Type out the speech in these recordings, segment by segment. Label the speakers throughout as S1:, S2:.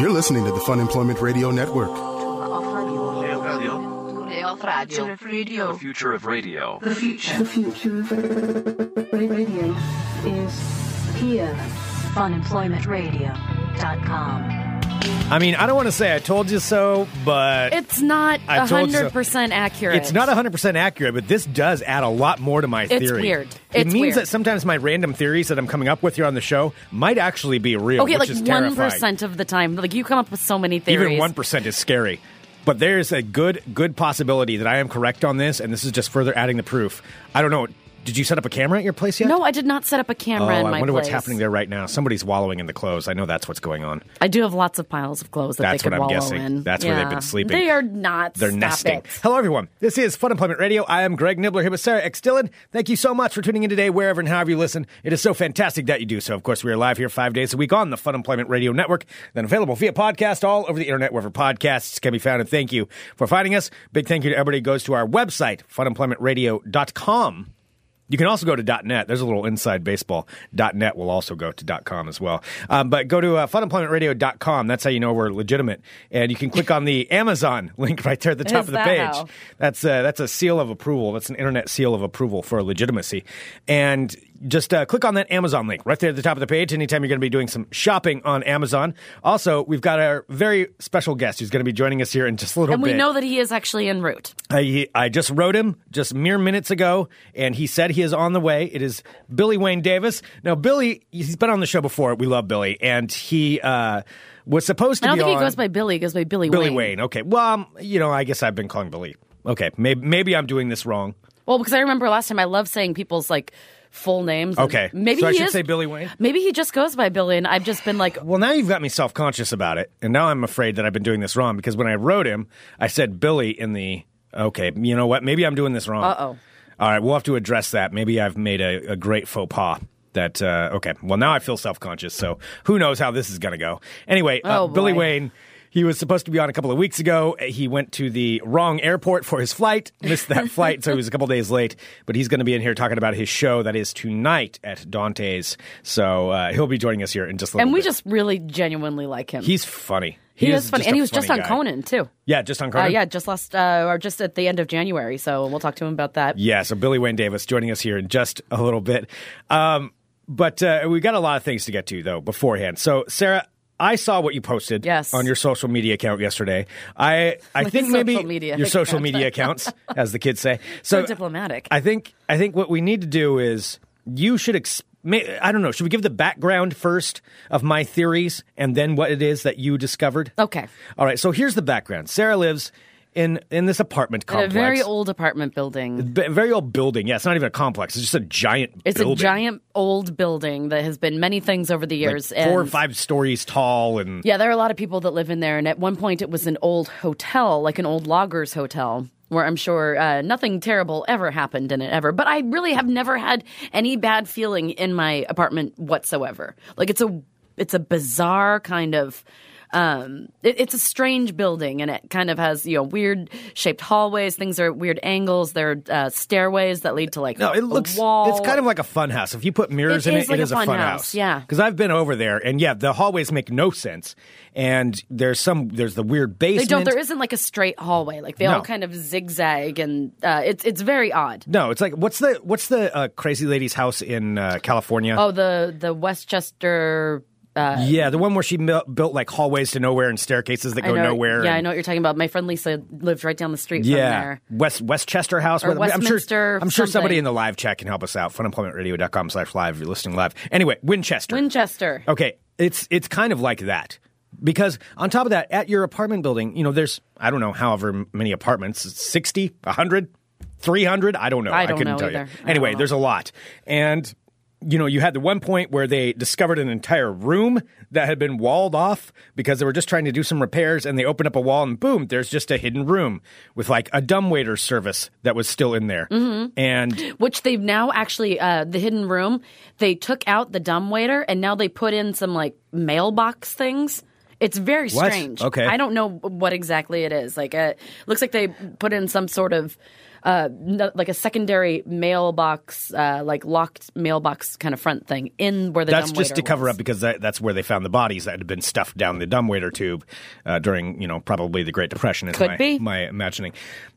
S1: You're listening to the Fun Employment Radio Network.
S2: Future of radio.
S3: Future of radio.
S2: The future.
S4: The future of radio is here.
S5: FunemploymentRadio.com.
S6: I mean, I don't want to say I told you so, but
S7: It's not
S6: I told you so.
S7: hundred percent accurate.
S6: It's not 100% accurate, but this does add a lot more to my
S7: It's
S6: theory.
S7: weird.
S6: It
S7: It's
S6: means
S7: weird.
S6: that sometimes my random theories that I'm coming up with here on the show might actually be real,
S7: okay.
S6: which
S7: Like
S6: is
S7: one
S6: terrifying.
S7: percent of the time, like you come up with so many theories.
S6: Even 1% is scary. But there's a good good possibility that I am correct on this, and this is just further adding the proof. I don't know. Did you set up a camera at your place yet?
S7: No, I did not set up a
S6: Oh, I
S7: camera in my
S6: wonder what's
S7: place.
S6: happening there right now. Somebody's wallowing in the clothes. I know that's what's going on.
S7: I do have lots of piles of clothes that
S6: That's
S7: they could
S6: what I'm
S7: wallow
S6: guessing.
S7: in.
S6: That's where they've been
S7: Yeah.
S6: sleeping.
S7: They are not.
S6: They're
S7: Stop
S6: nesting.
S7: it.
S6: Hello, everyone. This is Fun Employment Radio. I am Greg Nibbler here with Sarah X. Dillon. Thank you so much for tuning in today, wherever and however you listen. It is so fantastic that you do so. Of course, we are live here five days a week on the Fun Employment Radio Network, then available via podcast all over the internet, wherever podcasts can be found. And thank you for finding us. Big thank you to everybody who goes to our website, funemploymentradio.com. You can also go to .net. There's a little inside baseball. .net will also go to .com as well. Um, but go to uh, funemploymentradio.com. That's how you know we're legitimate. And you can click on the Amazon link right there at the top
S7: Is
S6: of the
S7: that
S6: page.
S7: how?
S6: That's a, that's a seal of approval. That's an internet seal of approval for legitimacy. And just uh, click on that Amazon link right there at the top of the page anytime you're going to be doing some shopping on Amazon. Also, we've got our very special guest who's going to be joining us here in just a little
S7: And
S6: bit.
S7: we know that he is actually en route.
S6: I, I just wrote him just mere minutes ago, and he said he is on the way. It is Billy Wayne Davis. Now, Billy, he's been on the show before. We love Billy, and he uh, was supposed to
S7: I don't
S6: be
S7: think
S6: on
S7: he goes by Billy. He goes by Billy,
S6: Billy
S7: Wayne.
S6: Wayne. Okay, well, um, you know, I guess I've been calling Billy. Okay, maybe maybe I'm doing this wrong.
S7: Well, because I remember last time I love saying people's like full names. and
S6: Okay,
S7: Maybe
S6: so I
S7: he
S6: should
S7: is-
S6: say Billy Wayne?
S7: Maybe he just goes by Billy, and I've just been like,
S6: Well, now you've got me self conscious about it, and now I'm afraid that I've been doing this wrong because when I wrote him, I said Billy in the. Okay, you know what? Maybe I'm doing this wrong.
S7: Uh-oh.
S6: All right, we'll have to address that. Maybe I've made a, a great faux pas. That uh, okay. Well, now I feel self conscious. So who knows how this is going to go? Anyway, uh,
S7: Oh,
S6: Billy
S7: boy.
S6: Wayne. He was supposed to be on a couple of weeks ago. He went to the wrong airport for his flight, missed that flight, so he was a couple days late. But he's going to be in here talking about his show that is tonight at Dante's. So uh, he'll be joining us here in just a little
S7: and we
S6: bit.
S7: just really genuinely like him.
S6: He's funny.
S7: he, is, funny,
S6: just
S7: and
S6: a
S7: he was just on
S6: guy.
S7: Conan too.
S6: Yeah, just on
S7: Uh,
S6: Conan.
S7: yeah, just last uh, or just at the end of January. So we'll talk to him about that.
S6: Yeah, so Billy Wayne Davis joining us here in just a little bit. Um, but uh, we got a lot of things to get to though beforehand. So Sarah, I saw what you posted
S7: Yes.
S6: on your social media account yesterday. I I think
S7: social
S6: maybe
S7: media
S6: your social
S7: account.
S6: media accounts, as the kids say. So
S7: So diplomatic.
S6: I think I think what we need to do is you should. Ex- may, I don't know. Should we give the background first of my theories and then what it is that you discovered?
S7: Okay.
S6: All right. So here's the background. Sarah lives in in this apartment
S7: In a
S6: complex.
S7: very old apartment building.
S6: B- very old building. Yeah, it's not even a complex. It's just a giant.
S7: It's
S6: building.
S7: a giant old building that has been many things over the
S6: Like
S7: years.
S6: four or
S7: and-
S6: five stories tall, and
S7: Yeah, there are a lot of people that live in there, and at one point it was an old hotel, like an old loggers hotel, where I'm sure uh, nothing terrible ever happened in it ever. But I really have never had any bad feeling in my apartment whatsoever. Like it's a it's a bizarre kind of. Um, it, it's a strange building, and it kind of has you know weird shaped hallways. Things are at weird angles. There are uh, stairways that lead to like
S6: no, it
S7: a
S6: looks.
S7: wall.
S6: It's kind of like a fun house. If you put mirrors
S7: It
S6: in
S7: is
S6: it,
S7: like
S6: it
S7: a
S6: is a
S7: fun
S6: fun
S7: house, yeah.
S6: because I've been over there, and yeah, the hallways make no sense, and there's some there's the weird
S7: They
S6: basement.
S7: don't. There isn't like a straight hallway. Like they
S6: No.
S7: all kind of zigzag, and uh, it's it's very odd.
S6: no, it's like what's the what's the uh, crazy lady's house in uh, California?
S7: Oh, the the Westchester. Uh,
S6: yeah, the one where she mil- built like hallways to nowhere and staircases that
S7: I
S6: go
S7: know-
S6: nowhere.
S7: Yeah, I
S6: and-
S7: know what you're talking about. My friend Lisa lived right down the street
S6: Yeah,
S7: from there.
S6: West Westchester House.
S7: Or
S6: Well,
S7: Westminster
S6: I'm sure, I'm sure somebody
S7: something.
S6: in the live chat can help us out. Funemploymentradio.com slash live if you're listening live. Anyway, Winchester.
S7: Winchester.
S6: okay, it's it's kind of like that. Because on top of that, at your apartment building, you know, there's, I don't know, however many apartments, 60, 100, 300, I don't know.
S7: I don't
S6: couldn't
S7: know
S6: tell
S7: either. I
S6: you.
S7: don't
S6: Anyway,
S7: know.
S6: there's a lot. And, you know, you had the one point where they discovered an entire room that had been walled off because they were just trying to do some repairs and they opened up a wall and boom, there's just a hidden room with like a dumbwaiter service that was still in there.
S7: Mm-hmm.
S6: And
S7: Which they've now actually, uh, the hidden room, they took out the dumbwaiter and now they put in some like mailbox things. It's very
S6: What?
S7: strange.
S6: Okay.
S7: uh, I don't know what exactly it is. Like, it looks like they put in some sort of uh, no- like a secondary mailbox, uh, like locked mailbox kind of front thing in where the
S6: That's
S7: dumbwaiter
S6: just to cover
S7: was.
S6: up because that, that's where they found the bodies that had been stuffed down the dumbwaiter tube uh, during, you know, probably the Great Depression. Is
S7: Could
S6: my,
S7: be.
S6: my imagining.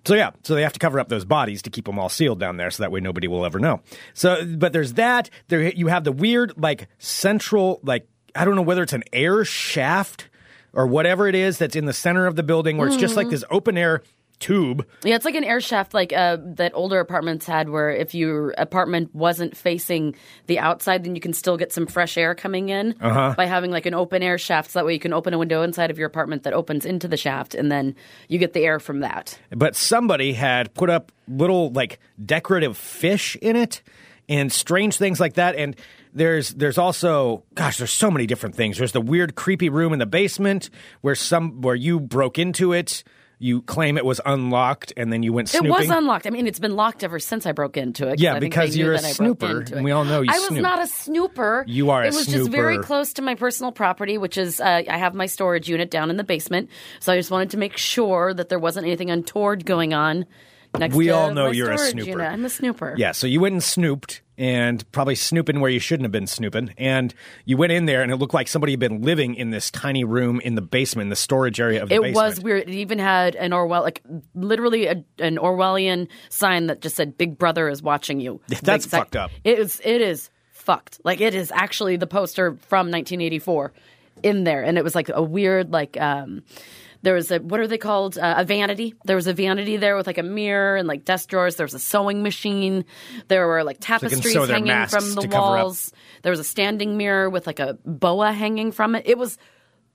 S6: So yeah, so they have to cover up those bodies to keep them all sealed down there, so that way nobody will ever know. So, but there's that. There you have the weird like central like I don't know whether it's an air shaft or whatever it is that's in the center of the building where it's just
S7: Mm-hmm.
S6: like this open air tube
S7: Yeah, it's like an air shaft, like uh, that older apartments had, where if your apartment wasn't facing the outside, then you can still get some fresh air coming in by having like an open air shaft. So that way, you can open a window inside of your apartment that opens into the shaft, and then you get the air from that.
S6: but somebody had put up little like decorative fish in it and strange things like that and there's there's also gosh there's so many different things there's the weird creepy room in the basement where some where you broke into it you claim it was unlocked and then you went snooping
S7: It was unlocked. I mean, it's been locked ever since I broke into it.
S6: Yeah,
S7: I think
S6: because
S7: they knew
S6: you're a
S7: that I broke
S6: snooper,
S7: into it.
S6: and we all know you
S7: I was
S6: snoop.
S7: not a snooper.
S6: You are a
S7: It was just very
S6: snooper.
S7: close to my personal property, which is uh, I have my storage unit down in the basement. So I just wanted to make sure that there wasn't anything untoward going on. Next
S6: We
S7: to
S6: all know
S7: my
S6: you're a
S7: storage
S6: snooper.
S7: Unit. I'm a snooper.
S6: yeah so you went and snooped and probably snooping where you shouldn't have been snooping and you went in there and it looked like somebody had been living in this tiny room in the basement in the storage area of the
S7: It
S6: basement
S7: was weird. It even had an Orwell, like literally a, an Orwellian sign that just said "Big Brother is watching you."
S6: That's
S7: Big sec-
S6: fucked up.
S7: It is. It is fucked. Like it is actually the poster from 1984 in there, and it was like a weird like. um there was a what are they called uh, a vanity there was a vanity there with like a mirror and like desk drawers there was a sewing machine there were like
S6: can
S7: tapestries
S6: sew their
S7: hanging
S6: masks
S7: from the
S6: to cover up.
S7: walls there was a standing mirror with like a boa hanging from it it was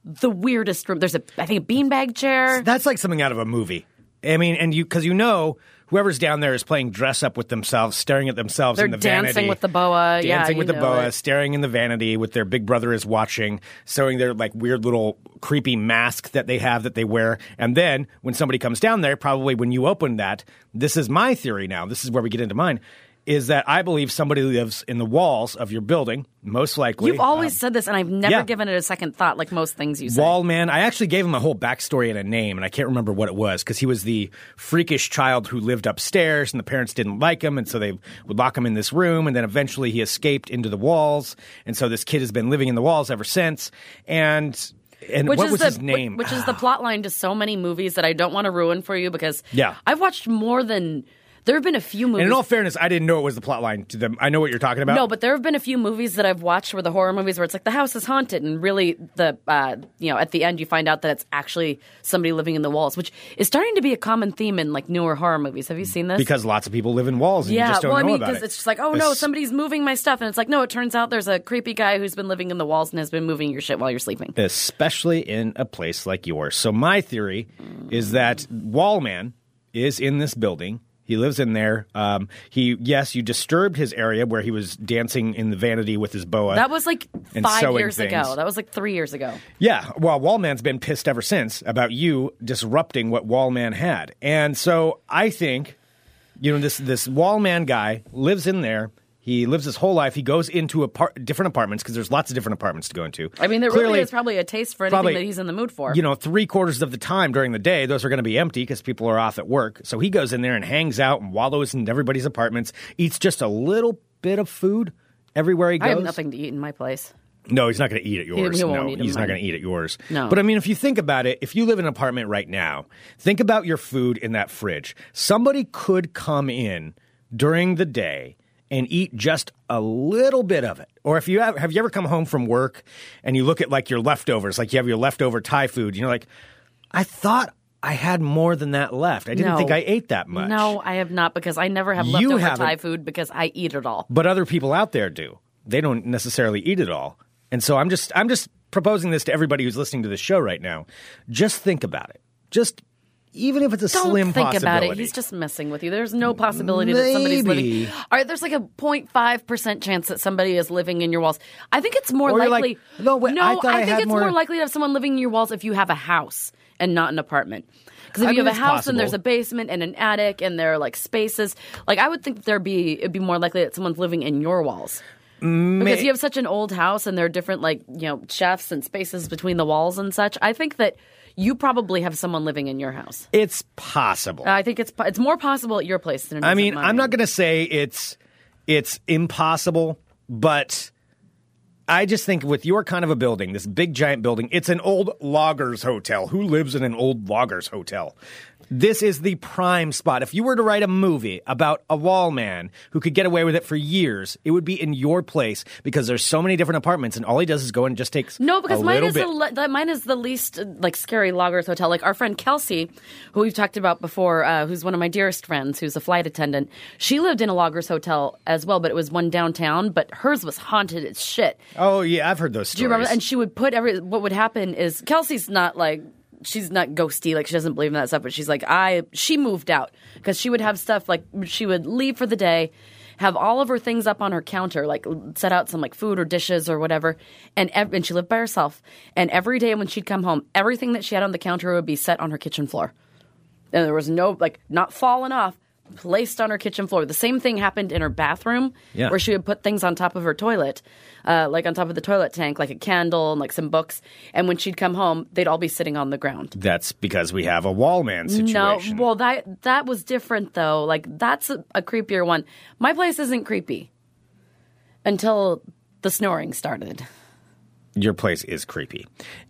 S7: the weirdest room there's a i think a beanbag chair
S6: That's like something out of a movie. I mean, and you because you know whoever's down there is playing dress up with themselves, staring at themselves
S7: They're
S6: in the
S7: dancing
S6: vanity,
S7: with the boa.
S6: dancing
S7: Yeah, you
S6: with the
S7: know
S6: boa,
S7: it.
S6: staring in the vanity with their big brother is watching, sewing their like weird little creepy mask that they have that they wear, and then when somebody comes down there, probably when you open that, this is my theory now. This is where we get into mine. Is that I believe somebody lives in the walls of your building, most likely.
S7: You've always said this, and I've never
S6: um, yeah.
S7: given it a second thought, like most things you say.
S6: Wall man. I actually gave him a whole backstory and a name, and I can't remember what it was because he was the freakish child who lived upstairs, and the parents didn't like him, and so they would lock him in this room, and then eventually he escaped into the walls, and so this kid has been living in the walls ever since. And and
S7: which
S6: what
S7: is
S6: was
S7: the,
S6: his name?
S7: Which is the plot line to so many movies that I don't want to ruin for you because
S6: Yeah.
S7: I've watched more than there have been a few movies.
S6: and in all fairness, I didn't know it was the plot line to them. I know what you're talking about.
S7: no, but there have been a few movies that I've watched where the horror movies where it's like the house is haunted, and really the uh, you know at the end you find out that it's actually somebody living in the walls, which is starting to be a common theme in like newer horror movies. Have you seen this?
S6: because lots of people live in walls, and
S7: yeah,
S6: you just don't
S7: well,
S6: know
S7: I mean,
S6: about
S7: because
S6: it.
S7: it's just like, oh no,
S6: This-
S7: somebody's moving my stuff, and it's like, no, it turns out there's a creepy guy who's been living in the walls and has been moving your shit while you're sleeping.
S6: especially in a place like yours. So my theory is that Wallman is in this building. He lives in there. Um, he yes, you disturbed his area where he was dancing in the vanity with his boa.
S7: That was like
S6: and
S7: five
S6: sewing
S7: years ago.
S6: things.
S7: That was like three years ago.
S6: yeah. Well, Wallman's been pissed ever since about you disrupting what Wallman had, and so I think you know this this Wallman guy lives in there. He lives his whole life. He goes into apart- different apartments because there's lots of different apartments to go into.
S7: I mean, there
S6: Clearly-
S7: really is probably a taste for anything
S6: probably-
S7: that he's in the mood for.
S6: you know, three quarters of the time during the day, those are going to be empty because people are off at work. So he goes in there and hangs out and wallows in everybody's apartments, eats just a little bit of food everywhere he goes.
S7: I have nothing to eat in my place.
S6: No, he's not going to eat at yours.
S7: he won't
S6: no,
S7: eat at
S6: he's not
S7: mine.
S6: going to eat at yours.
S7: No.
S6: But I mean, if you think about it, if you live in an apartment right now, think about your food in that fridge. Somebody could come in during the day and eat just a little bit of it. Or if you have, have you ever come home from work and you look at like your leftovers, like you have your leftover Thai food, you're like, I thought I had more than that left. I didn't
S7: No.
S6: think I ate that much.
S7: No, I have not because I never have
S6: You
S7: leftover
S6: haven't.
S7: Thai food because I eat it all.
S6: but other people out there do. They don't necessarily eat it all. And so I'm just I'm just proposing this to everybody who's listening to this show right now. Just think about it. Just even if it's a
S7: Don't
S6: slim
S7: think about
S6: possibility.
S7: it. He's just messing with you. There's no possibility that somebody's
S6: Maybe.
S7: living. All right, there's like a 0.5 percent chance that somebody is living in your walls. I think it's more
S6: Or you're like,
S7: likely.
S6: "No, wait, I thought I
S7: think
S6: had
S7: it's
S6: more-"
S7: more likely to have someone living in your walls if you have a house and not an apartment. Because if
S6: I
S7: you
S6: mean,
S7: have a
S6: it's
S7: house and there's
S6: possible.
S7: a basement and an attic and there are like spaces, like I would think that there'd be it'd be more likely that someone's living in your walls.
S6: Mm,
S7: Because you have such an old house and there are different like, you know, chefs and spaces between the walls and such. I think that you probably have someone living in your house.
S6: It's possible.
S7: Uh, I think it's po- it's more possible at your place than it is
S6: I
S7: at
S6: mean,
S7: mine.
S6: I'm not going to say it's it's impossible, but I just think with your kind of a building, this big giant building, it's an old loggers hotel. Who lives in an old loggers hotel? This is the prime spot. If you were to write a movie about a wall man who could get away with it for years, it would be in your place because there's so many different apartments, and all he does is go in and just takes
S7: No, because
S6: a
S7: mine
S6: little
S7: is
S6: bit.
S7: the le- the, mine is the least uh, like scary loggers hotel. Like our friend Kelsey, who we've talked about before, uh, who's one of my dearest friends, who's a flight attendant. She lived in a loggers hotel as well, but it was one downtown. But hers was haunted as shit.
S6: oh yeah, I've heard those stories.
S7: Do you remember? And she would put every. What would happen is Kelsey's not like she's not ghosty. Like she doesn't believe in that stuff. But she's like I. She moved out because she would have stuff like she would leave for the day. Have all of her things up on her counter, like set out some like food or dishes or whatever, and ev- and she lived by herself. And every day when she'd come home, everything that she had on the counter would be set on her kitchen floor and there was no like not fallen off placed on her kitchen floor the same thing happened in her bathroom
S6: Yeah.
S7: where she would put things on top of her toilet uh, like on top of the toilet tank like a candle and like some books and when she'd come home they'd all be sitting on the ground
S6: That's because we have a wall man situation.
S7: no well that that was different though like that's a, a creepier one my place isn't creepy until the snoring started
S6: your place is creepy.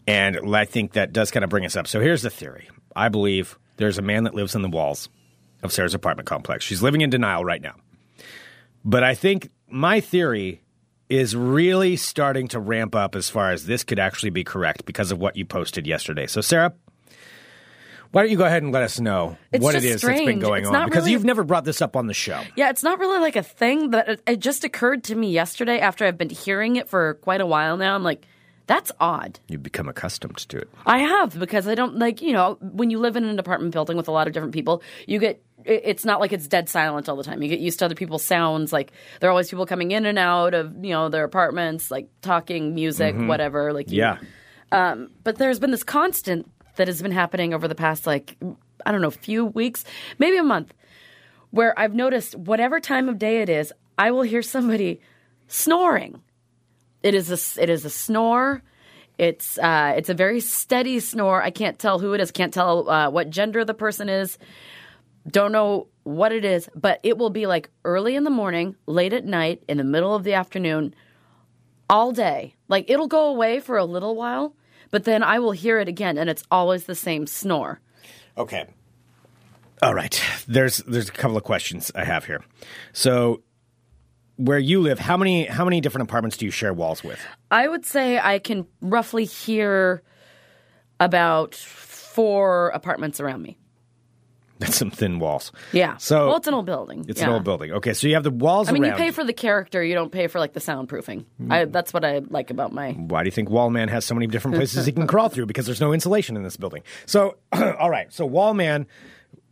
S6: And I think that does kind of bring us up. So here's the theory I believe there's a man that lives in the walls of Sarah's apartment complex. She's living in denial right now. But I think my theory is really starting to ramp up as far as this could actually be correct because of what you posted yesterday. So, Sarah. Why don't you go ahead and let us know
S7: It's
S6: what it
S7: just
S6: is that's been
S7: strange.
S6: going
S7: It's
S6: on?
S7: not
S6: Because
S7: really-
S6: you've never brought this up on the show.
S7: Yeah, it's not really like a thing that it, it just occurred to me yesterday after I've been hearing it for quite a while now. I'm like, that's odd.
S6: You've become accustomed to it.
S7: I have because I don't like, you know, when you live in an apartment building with a lot of different people, you get it- it's not like it's dead silent all the time. You get used to other people's sounds. Like there are always people coming in and out of, you know, their apartments, like talking, music, whatever. Like you-
S6: Yeah.
S7: but there's been this constant that has been happening over the past like I don't know, few weeks, maybe a month, where I've noticed whatever time of day it is, I will hear somebody snoring. It is a s- it is a snore. It's uh, it's a very steady snore. I can't tell who it is. Can't tell uh, what gender the person is. Don't know what it is, but it will be like early in the morning, late at night, in the middle of the afternoon, all day. Like it'll go away for a little while, but then I will hear it again, and it's always the same snore.
S6: Okay. All right. There's there's a couple of questions I have here. So where you live, how many how many different apartments do you share walls with?
S7: I would say I can roughly hear about four apartments around me.
S6: That's some thin walls.
S7: Yeah.
S6: So
S7: well, it's an old building.
S6: it's
S7: Yeah.
S6: an old building. Okay, so you have the walls
S7: I mean,
S6: around. Mm.
S7: you pay for the character, you don't pay for like the soundproofing. I, that's what I like about my.
S6: Why do you think Wallman has so many different places he can crawl through? Because there's no insulation in this building. So, all right. So Wallman,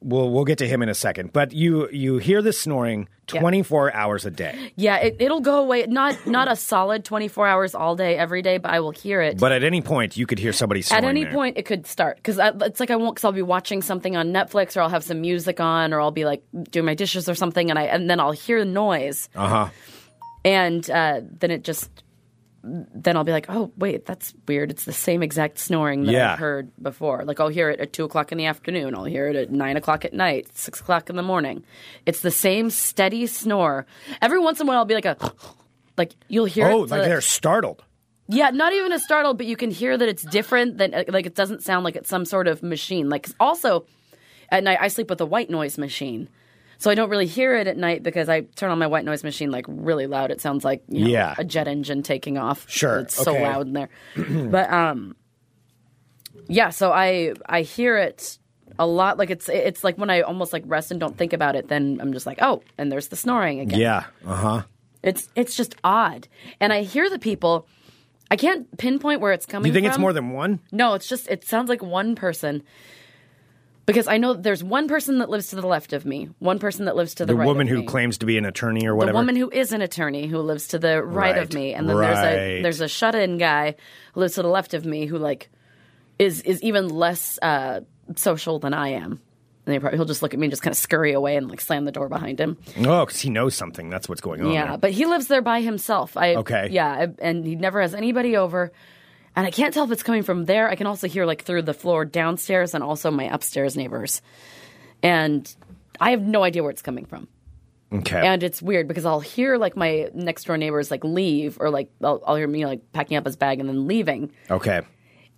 S6: we'll we'll get to him in a second. But you you hear this snoring 24 hours a day.
S7: Yeah, it, it'll go away. Not not a solid twenty four hours all day every day, but I will hear it.
S6: But at any point, you could hear somebody snoring.
S7: at any
S6: there.
S7: point it could start because it's like I won't because I'll be watching something on Netflix or I'll have some music on or I'll be like doing my dishes or something and I and then I'll hear noise
S6: Uh-huh.
S7: and uh, then it just then I'll be like oh wait that's weird it's the same exact snoring that
S6: Yeah.
S7: I've heard before like I'll hear it at two o'clock in the afternoon I'll hear it at nine o'clock at night six o'clock in the morning it's the same steady snore every once in a while I'll be like a like you'll hear
S6: Oh,
S7: it
S6: like
S7: the-
S6: they're startled.
S7: yeah, not even a startled, but you can hear that it's different. That like it doesn't sound like it's some sort of machine. Like 'cause also, at night I sleep with a white noise machine, so I don't really hear it at night because I turn on my white noise machine like really loud. It sounds like you know,
S6: Yeah.
S7: a jet engine taking off.
S6: Sure,
S7: it's so
S6: okay.
S7: loud in there. but um, yeah, so I I hear it a lot. Like it's it's like when I almost like rest and don't think about it, then I'm just like oh, and there's the snoring again.
S6: Yeah. Uh-huh.
S7: It's it's just odd, and I hear the people. I can't pinpoint where it's coming.
S6: You think it's
S7: from.
S6: more than one?
S7: No, it's just it sounds like one person. Because I know there's one person that lives to the left of me, one person that lives to the,
S6: The
S7: right
S6: woman
S7: of
S6: who
S7: me.
S6: claims to be an attorney or
S7: the
S6: whatever.
S7: woman who is an attorney who lives to the right,
S6: Right.
S7: of me, and then there's
S6: Right.
S7: a there's a shut-in guy who lives to the left of me who like is is even less uh, social than I am. And he probably, he'll just look at me and just kind of scurry away and like slam the door behind him.
S6: Oh, because he knows something. That's what's going on.
S7: Yeah,
S6: there.
S7: but he lives there by himself. I
S6: Okay.
S7: Yeah, I- and he never has anybody over. And I can't tell if it's coming from there. I can also hear like through the floor downstairs and also my upstairs neighbors. And I have no idea where it's coming from.
S6: Okay.
S7: And it's weird because I'll hear like my next door neighbors like leave or like I'll, I'll hear me like packing up his bag and then leaving.
S6: okay.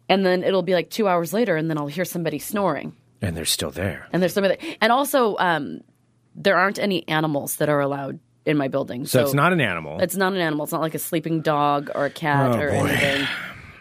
S7: And then it'll be like two hours later and then I'll hear somebody snoring.
S6: And they're still there.
S7: And there's somebody, and also um, there aren't any animals that are allowed in my building.
S6: So, it's not an animal.
S7: It's not an animal. It's not like a sleeping dog or a cat
S6: Oh,
S7: or
S6: boy.
S7: anything.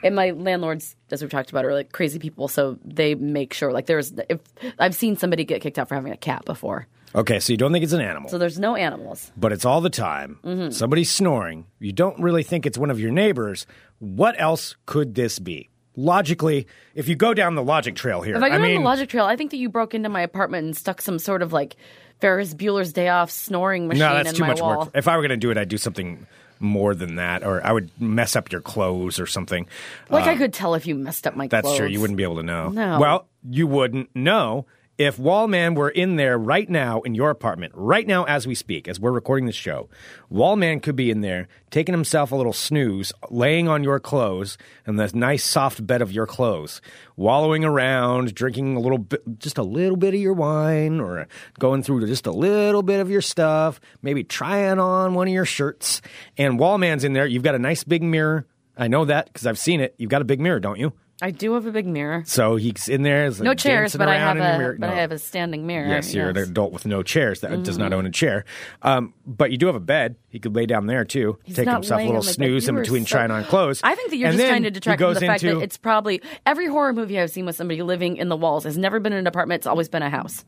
S7: And my landlords, as we've talked about, are like crazy people, so they make sure. Like there's, if I've seen somebody get kicked out for having a cat before.
S6: okay, so you don't think it's an animal,
S7: So Mm-hmm. there's no animals.
S6: but it's all the time. Somebody's snoring. You don't really think it's one of your neighbors. What else could this be? Logically, if you go down the logic trail here,
S7: If I go
S6: I
S7: down
S6: mean,
S7: the logic trail, I think that you broke into my apartment and stuck some sort of like Ferris Bueller's Day Off snoring machine
S6: no, that's
S7: in
S6: too
S7: my
S6: much
S7: wall.
S6: work. Uh, If I were going to do it, I'd do something more than that, or I would mess up your clothes or something.
S7: Like I could tell if you messed up my
S6: That's
S7: clothes.
S6: true. You wouldn't be able to know.
S7: No.
S6: Well, you wouldn't know if Wallman were in there right now in your apartment, right now as we speak, as we're recording the show. Wallman could be in there taking himself a little snooze, laying on your clothes and the nice soft bed of your clothes, wallowing around, drinking a little bit, just a little bit of your wine, or going through just a little bit of your stuff, maybe trying on one of your shirts. And Wallman's in there. You've got a nice big mirror. I know that because I've seen it. You've got a big mirror, don't you?
S7: I do have a big mirror.
S6: So he's in there. he's, like,
S7: No chairs,
S6: dancing
S7: but I
S6: around
S7: have
S6: in the
S7: a
S6: mirror.
S7: but I
S6: No.
S7: have a Mm-hmm. standing mirror.
S6: Yes, you're an adult with no chairs that does not own a chair. Um, but you do have a bed. He could lay down there too,
S7: He's
S6: take
S7: not
S6: himself a
S7: laying
S6: little
S7: on my bed.
S6: snooze
S7: You
S6: in
S7: are
S6: between
S7: so-
S6: trying on clothes.
S7: I think that you're
S6: And
S7: just
S6: then
S7: trying to
S6: he
S7: detract from
S6: goes
S7: the fact
S6: into-
S7: that it's probably every horror movie I've seen with somebody living in the walls has never been an apartment. It's always been a house.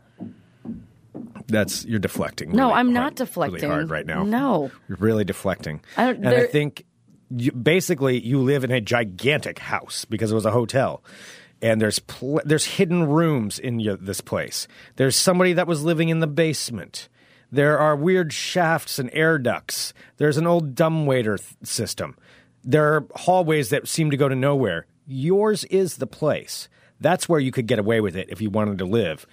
S6: that's you're deflecting.
S7: No,
S6: really
S7: I'm
S6: hard-
S7: not deflecting
S6: Really hard right now.
S7: No,
S6: you're really deflecting.
S7: I don't-
S6: and I
S7: there-
S6: think you, basically you live in a gigantic house because it was a hotel. And there's pl- there's hidden rooms in your, this place. There's somebody that was living in the basement. There are weird shafts and air ducts. There's an old dumbwaiter th- system. There are hallways that seem to go to nowhere. Yours is the place. That's where you could get away with it if you wanted to live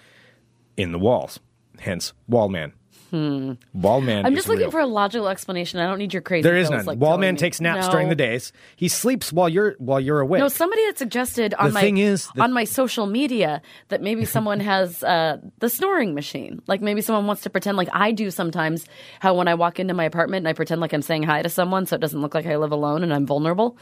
S6: in the walls. Hence, Wallman. Hmm. Wallman.
S7: I'm
S6: is
S7: just looking
S6: real.
S7: for a logical explanation. I don't need your crazy.
S6: There is none.
S7: pills, Like telling
S6: Wallman
S7: me-
S6: takes naps
S7: No.
S6: during the days. He sleeps while you're while you're awake.
S7: No, somebody had suggested on
S6: The
S7: my
S6: thing is that-
S7: on my social media that maybe someone has uh, the snoring machine. Like maybe someone wants to pretend like I do sometimes. How when I walk into my apartment and I pretend like I'm saying hi to someone, so it doesn't look like I live alone and I'm vulnerable.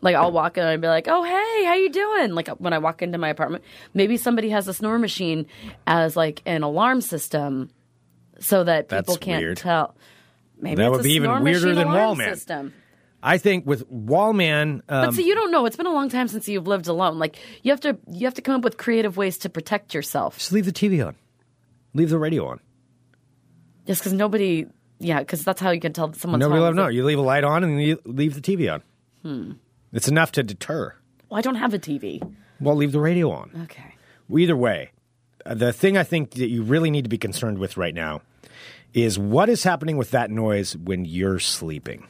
S7: Like I'll walk in and I'd be like, "Oh hey, how you doing?" Like when I walk into my apartment, maybe somebody has a snore machine as like an alarm system, so that people
S6: That's
S7: can't
S6: weird.
S7: tell. Maybe
S6: That
S7: it's
S6: would
S7: a
S6: be even
S7: snore
S6: weirder
S7: machine
S6: than
S7: alarm
S6: Wallman.
S7: System.
S6: I think with Wallman, um,
S7: But see, you don't know. It's been a long time since you've lived alone. Like you have to, you have to come up with creative ways to protect yourself.
S6: just leave the TV on, leave the radio on.
S7: Yes, because nobody, yeah, because that's how you can tell that someone's
S6: Nobody will
S7: home.
S6: ever know. You leave a light on and you leave the TV on.
S7: Hmm.
S6: It's enough to deter.
S7: Well, I don't have a TV.
S6: Well, leave the radio on.
S7: Okay.
S6: Either way, uh, the thing I think that you really need to be concerned with right now is what is happening with that noise when you're sleeping.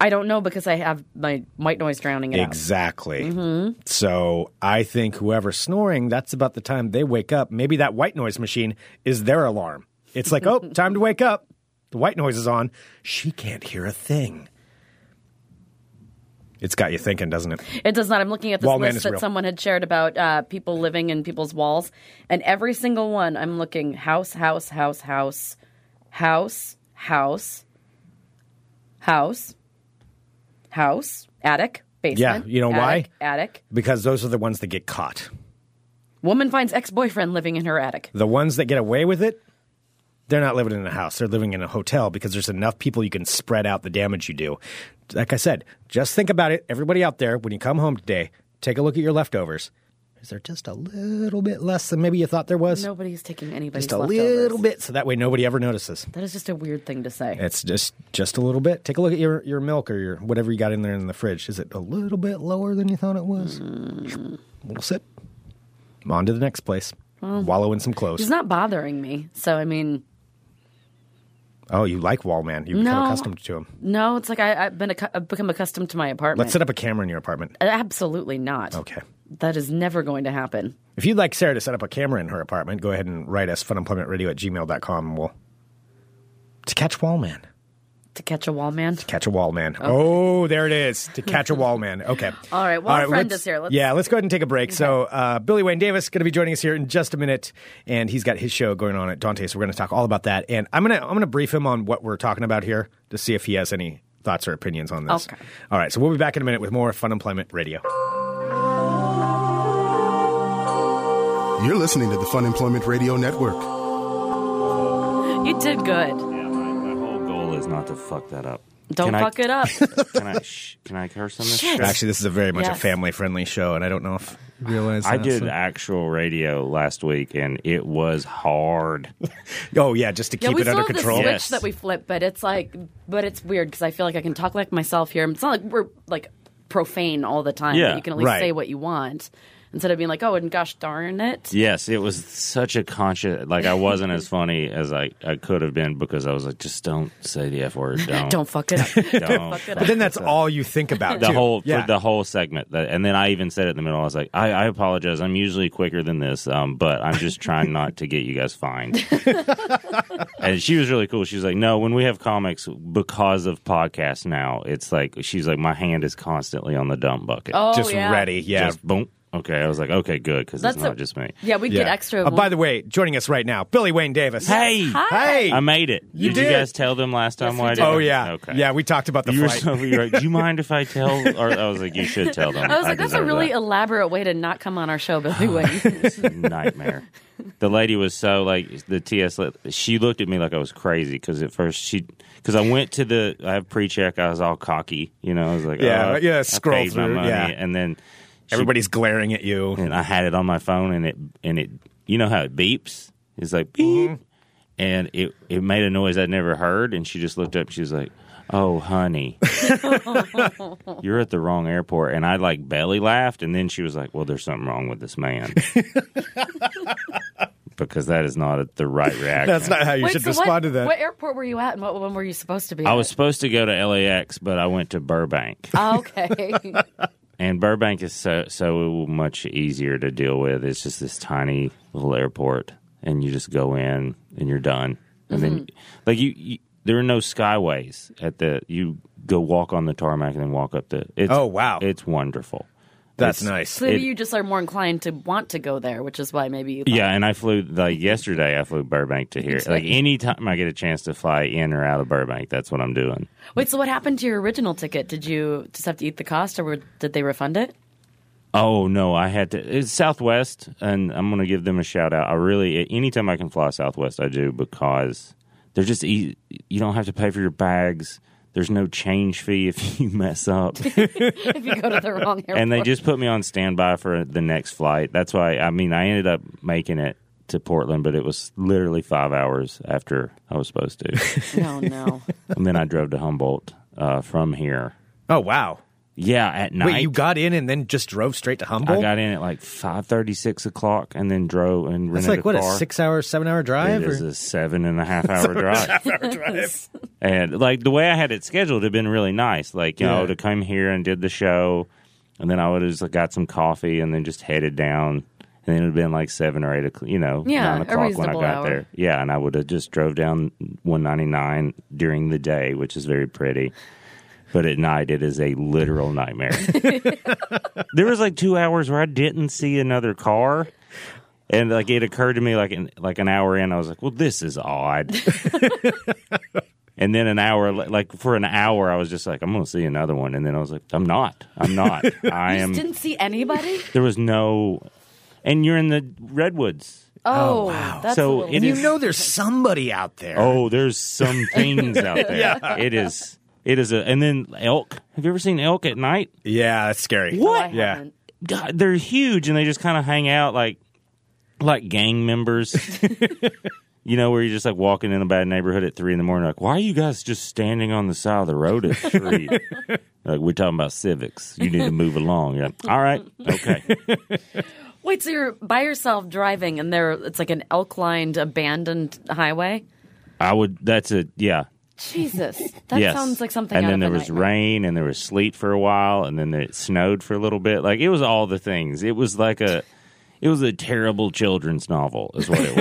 S7: I don't know because I have my white noise drowning it out.
S6: Exactly. So I think whoever's snoring, that's about the time they wake up. Maybe that white noise machine is their alarm. It's like, oh, time to wake up. The white noise is on. She can't hear a thing. It's got you thinking, doesn't it?
S7: It does not. I'm looking at this
S6: Wallman is
S7: list that
S6: real.
S7: someone had shared about uh, people living in people's walls, and every single one I'm looking house, house, house, house, house, house, house, house, attic, basement.
S6: you know why?
S7: attic, Attic.
S6: Because those are the ones that get caught.
S7: Woman finds ex boyfriend living in her attic.
S6: The ones that get away with it, they're not living in a house. They're living in a hotel because there's enough people you can spread out the damage you do. Like I said, just think about it. Everybody out there, when you come home today, take a look at your leftovers. Is there just a little bit less than maybe you thought there was?
S7: Nobody's taking anybody's
S6: just a
S7: leftovers.
S6: little bit. So that way nobody ever notices.
S7: That is just a weird thing to say.
S6: It's just just a little bit. Take a look at your, your milk or your whatever you got in there in the fridge. Is it a little bit lower than you thought it was?
S7: Mm.
S6: Little sip. On to the next place. Wallow in some clothes.
S7: It's not bothering me. So I mean,
S6: Oh, you like Wallman. You become
S7: No.
S6: accustomed to him.
S7: no, it's like I, I've been accu- I've become accustomed to my apartment. Uh,
S6: Let's set up a camera in your apartment.
S7: Absolutely not.
S6: Okay.
S7: That is never going to happen.
S6: If you'd like Sarah to set up a camera in her apartment, go ahead and write us funemploymentradio at gmail.com and we'll to catch Wallman.
S7: To catch a wall man.
S6: Catch a wall man. Oh, there it is. To catch a wall man. Okay.
S7: All right, well, our friend
S6: let's-
S7: is here. Let's-
S6: yeah, let's go ahead and take a break. So, uh, Billy Wayne Davis going to be joining us here in just a minute, and he's got his show going on at Dante. So we're going to talk all about that, and I'm gonna I'm gonna brief him on what we're talking about here to see if he has any thoughts or opinions on this.
S7: Okay.
S6: All right. So we'll be back in a minute with more Fun Employment Radio.
S1: You're listening to the Fun Employment Radio Network.
S7: You did good.
S3: Yeah, my, my whole goal is not to fuck that up.
S7: Don't
S3: Can I-
S7: fuck it up.
S3: Can I, shh, can I curse on this?
S7: Shit.
S3: show?
S6: Actually, this is a very much a
S7: Yes.
S6: family friendly show, and I don't know if you realize
S3: I
S6: that,
S3: did
S6: so-
S3: actual radio last week, and it was hard.
S6: Oh yeah, just to
S7: Yeah,
S6: keep
S7: we
S6: it
S7: still
S6: under
S7: have the
S6: control.
S7: switch
S3: Yes.
S7: that we flip, but it's like, but it's weird because I feel like I can talk like myself here. It's not like we're like profane all the time.
S3: Yeah,
S7: but you can at least
S6: right.
S7: say what you want instead of being like, oh, and gosh darn it.
S3: Yes, it was such a conscious. Like I wasn't as funny as I, I could have been because I was like, just don't say the f word. Don't.
S7: Don't fuck it up.
S3: don't
S7: fuck it
S3: fuck
S6: But then
S3: this
S6: that's
S3: up.
S6: all you think about.
S3: the
S6: too.
S3: whole
S6: yeah.
S3: for the whole segment. That- And then I even said it in the middle. I was like, I, I apologize. I'm usually quicker than this, um, but I'm just trying not to get you guys fined. and she was really cool. She was like, No, when we have comics because of podcasts now, it's like she's like, my hand is constantly on the dump bucket.
S7: Oh,
S6: just
S7: yeah.
S6: ready. Yeah,
S3: Just boom. Okay, I was like, okay, good, because it's
S7: That's
S3: not
S7: a-
S3: just me.
S7: Yeah, we get
S6: Yeah.
S7: extra.
S6: Uh, by the way, joining us right now, Billy Wayne Davis.
S3: Hey,
S6: Hey.
S3: I made it.
S6: You
S3: did,
S6: did.
S3: you guys tell them last time
S7: Yes,
S3: why
S7: we
S3: I
S7: did.
S3: did?
S6: oh yeah.
S3: okay.
S6: Yeah, we talked about the
S3: you were
S6: flight.
S3: so you were like, do you mind if I tell? Or I was like, you should tell them.
S7: I was like, that's a
S3: deserve
S7: really
S3: that."
S7: elaborate way to not come on our show, Billy Wayne.
S3: nightmare. The lady was so like the TS. li- She looked at me like I was crazy because at first she because I went to the I have pre check. I was all cocky, you know. I was like,
S6: Yeah,
S3: oh,
S6: yeah,
S3: I
S6: scroll
S3: paid my
S6: through,
S3: money,
S6: yeah.
S3: and then she-
S6: Everybody's glaring at you.
S3: and I had it on my phone, and it and it you know how it beeps. It's like beep,
S6: Mm-hmm.
S3: and it it made a noise I'd never heard. And she just looked up. and She was like. Oh, honey, you're at the wrong airport. And I like belly laughed. And then she was like, Well, there's something wrong with this man. because that is not a, the right reaction.
S6: That's not how you
S7: Wait,
S6: should
S7: so
S6: respond
S7: what,
S6: to that.
S7: What airport were you at, and what one were you supposed to be?
S3: I
S7: at?
S3: was supposed to go to LAX, but I went to Burbank.
S7: Oh, okay.
S3: And Burbank is so so much easier to deal with. It's just this tiny little airport, and you just go in and you're done. And then, like you, you, there are no skyways at the. You go walk on the tarmac and then walk up the. It's,
S6: Oh, wow.
S3: it's wonderful.
S6: That's
S3: It's-
S6: nice.
S7: So maybe
S3: It-
S7: you just are more inclined to want to go there, which is why maybe you
S3: Yeah, and I flew like yesterday. I flew Burbank to here. Like any time I get a chance to fly in or out of Burbank, that's what I'm doing.
S7: Wait, so what happened to your original ticket? Did you just have to eat the cost, or were, did they refund it?
S3: Oh no, I had to. It's Southwest, and I'm going to give them a shout out. I really, anytime I can fly Southwest, I do because they're just ea- you don't have to pay for your bags. There's no change fee if you mess up,
S7: If you go to the wrong airport,
S3: and they just put me on standby for the next flight. That's why I mean I ended up making it to Portland, but it was literally five hours after I was supposed to,
S7: no, no.
S3: and then I drove to Humboldt uh, from here.
S6: oh wow.
S3: Yeah, at night.
S6: Wait, you got in and then just drove straight to Humboldt?
S3: I got in at like five thirty, six o'clock, and then drove and rented
S6: That's like
S3: a
S6: what
S3: car.
S6: a six-hour, seven-hour drive.
S3: It
S6: or-
S3: is a seven and a half hour drive. and like the way I had it scheduled had been really nice. Like, you know,
S6: Yeah.
S3: to come here and did the show and then I would have just like, got some coffee and then just headed down and then it would have been like seven or eight o'clock you know,
S7: Yeah,
S3: nine
S7: a
S3: o'clock when I
S7: reasonable
S3: got
S7: hour.
S3: there. Yeah, and I would have just drove down one ninety nine during the day, which is very pretty. But at night it is a literal nightmare. there was like two hours where I didn't see another car. And like it occurred to me, like in, like an hour in, I was like, "Well, this is odd." and then an hour, la- like for an hour, I was just like, "I'm going to see another one." And then I was like, "I'm not. I'm not. I
S7: Just
S3: am."
S7: didn't see anybody.
S3: There was no. And you're in the redwoods.
S7: Oh, that's
S3: So
S7: a little-
S3: it
S6: and you
S3: is-
S6: know there's somebody out there.
S3: Oh, there's some things out there. It is. It is a. And then elk. Have you ever seen elk at night?
S6: yeah, that's scary.
S7: No, I
S6: Yeah.
S7: haven't.
S3: God, they're huge and they just kind of hang out like like gang members. you know, where you're just like walking in a bad neighborhood at three in the morning, like, why are you guys just standing on the side of the road at three? like, we're talking about civics. You need to move along. You're like, all right, okay.
S7: Wait, so you're by yourself driving, and there it's like an elk-lined abandoned highway.
S3: I would, that's a, yeah.
S7: Jesus, that
S3: yes.
S7: sounds like something.
S3: And
S7: out
S3: then
S7: of
S3: there
S7: a
S3: was
S7: nightmare.
S3: rain and there was sleet for a while and then it snowed for a little bit. Like, it was all the things. It was like a, it was a terrible children's novel, is what it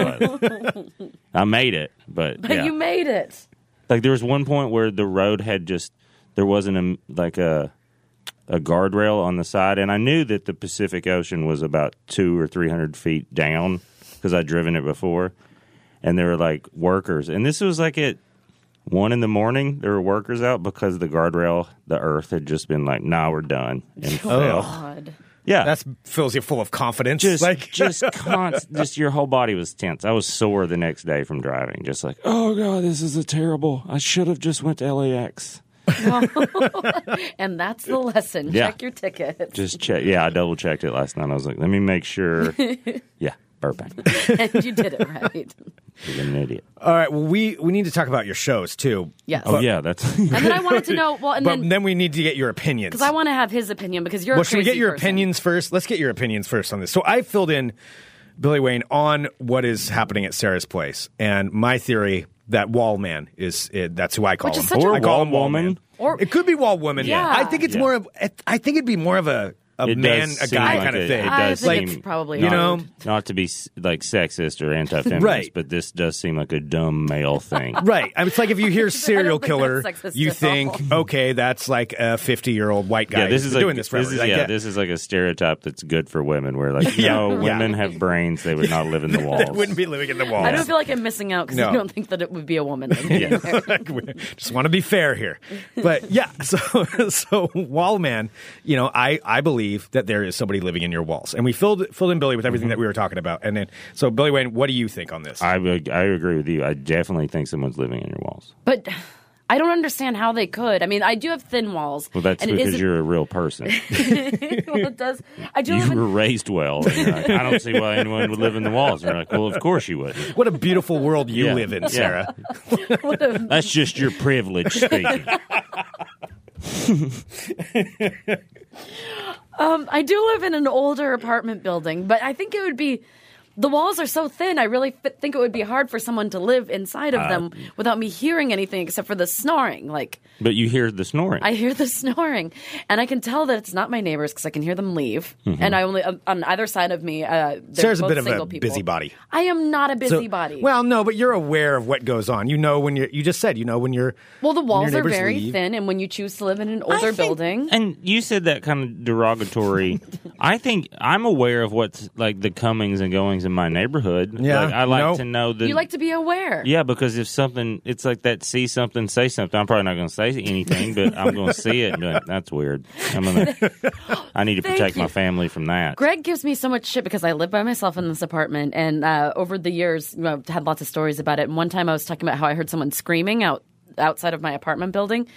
S3: was. I made it, but,
S7: But
S3: yeah.
S7: you made it.
S3: Like there was one point where the road had just there wasn't a like a a guardrail on the side, and I knew that the Pacific Ocean was about two or three hundred feet down because I'd driven it before, and there were like workers, and this was like at one in the morning. There were workers out because the guardrail, the earth had just been like, "Nah, we're done," and
S7: Oh,
S3: fell.
S7: God.
S3: Yeah,
S6: That fills you full of confidence.
S3: just
S6: like
S3: just const- just your whole body was tense. I was sore the next day from driving. Just like, oh god, this is a terrible. I should have just went to LAX.
S7: And that's the lesson.
S3: Yeah.
S7: Check your ticket.
S3: Just check. Yeah, I double checked it last night. I was like, let me make sure. yeah, Burbank.
S7: and you did it right.
S3: Oh, You're an idiot.
S6: all right, well, we we need to talk about your shows too.
S7: Yes.
S3: Oh yeah, that's.
S7: And then I wanted to know. Well, and
S6: but
S7: then
S6: then, we need to get your opinions.
S7: because I want to have his opinion because you're.
S6: well,
S7: a
S6: should we get
S7: crazy
S6: your
S7: person.
S6: opinions first? Let's get your opinions first on this. So I filled in Billy Wayne on what is happening at Sarah's place, and my theory that Wall Man is eh, that's who I call
S7: Which is
S6: him.
S7: such a-
S6: I call him
S3: Wall
S6: Wall
S3: Woman.
S6: Man.
S7: Or-
S6: it could be Wall Woman.
S7: Yeah.
S6: I think it's
S3: Yeah.
S6: more of. I think it'd be more of a. A
S3: It
S6: man,
S3: does
S6: a
S3: seem
S6: guy
S3: like
S6: kind
S3: it-
S6: of thing.
S3: It does
S7: I think
S3: seem,
S7: it's probably
S6: You
S3: not,
S6: know?
S3: not to be s- like sexist or anti-feminist,
S6: Right.
S3: but this does seem like a dumb male thing.
S6: Right. I mean, it's like if you hear
S7: I
S6: serial
S7: don't think
S6: killer,
S7: that's sexist
S6: you
S7: at
S6: think, okay, that's like a 50 year old white guy.
S3: Yeah, this
S6: who's
S3: is
S6: been
S3: like,
S6: doing this forever.
S3: is,
S6: Like,
S3: yeah, this is like a stereotype that's good for women. Where like,
S6: Yeah.
S3: no,
S6: Yeah.
S3: women have brains; they would not live in the walls.
S6: They wouldn't be living in the walls.
S7: I don't feel like I'm missing out because
S6: No.
S7: I don't think that it would be a woman.
S3: Yeah.
S6: Just want to be fair here. But yeah, so so Wallman, you know, I I believe that there is somebody living in your walls. And we filled filled in Billy with everything that we were talking about. And then so Billy Wayne, what do you think on this?
S3: Mm-hmm. I would- I agree with you. I definitely think someone's living in your walls.
S7: But I don't understand how they could. I mean, I do have thin walls.
S3: Well, that's
S7: and it
S3: because
S7: isn't-
S3: you're a real person.
S7: well, it does. I do live
S3: you
S7: in-
S3: were raised well. And you're like, I don't see why anyone would live in the walls. And you're like, well, of course you would.
S6: what a beautiful world you
S3: Yeah.
S6: live in,
S3: Yeah.
S6: Sarah.
S3: That's just your privilege speaking.
S7: Um, I do live in an older apartment building, but I think it would be. The walls are so thin. I really f- think it would be hard for someone to live inside of
S6: Uh,
S7: them without me hearing anything except for the snoring. Like
S3: But you hear the snoring.
S7: I hear the snoring, and I can tell that it's not my neighbors because I can hear them leave. And I only on- on either side of me. Uh, they're
S6: Mm-hmm. Sarah's a
S7: both
S6: bit of
S7: single
S6: a
S7: people.
S6: busybody.
S7: I am not a
S6: So-
S7: busybody.
S6: Well, no, but you're aware of what goes on. You know when you're you just said, you know when you're
S7: Well, the
S6: when your
S7: walls are
S6: neighbors
S7: very
S6: leave.
S7: thin, and when you choose to live in an older building,
S3: And you said that kind of derogatory. I think I'm aware of what's like the comings and goings in my neighborhood.
S6: Yeah.
S3: Like, I like
S6: No.
S3: to know the.
S7: you like to be aware.
S3: yeah, because if something, it's like that see something, say something. I'm probably not going to say anything, but I'm going to see it and be like, that's weird. I'm going to, I need to
S7: Thank
S3: protect my
S7: you.
S3: family from that.
S7: Greg gives me so much shit because I live by myself in this apartment, and uh, over the years, you know, I've had lots of stories about it. And one time, I was talking about how I heard someone screaming out outside of my apartment building,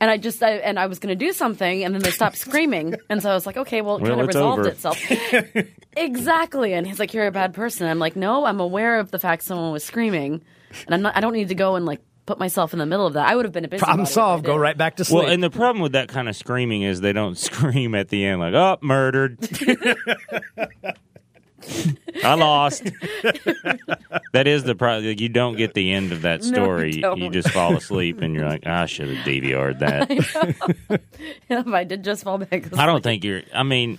S7: and I just I, and I was going to do something, and then they stopped screaming, and so I was like, okay, well, it
S3: Well,
S7: kind of
S3: it's
S7: resolved
S3: over.
S7: itself. exactly, and he's like, you're a bad person. I'm like, no, I'm aware of the fact someone was screaming, and I'm not. I don't need to go and like put myself in the middle of that. I would have been a busy.
S6: Problem solved. Go right back to sleep.
S3: Well, and the problem with that kind of screaming is they don't scream at the end like, "Oh, murdered." I lost. that is the problem. You don't get the end of that
S7: you
S3: story. You- you
S7: don't.
S3: just fall asleep and you're like, "I should have DVR'd that."
S7: I did just fall back.
S3: I don't think you're. I mean,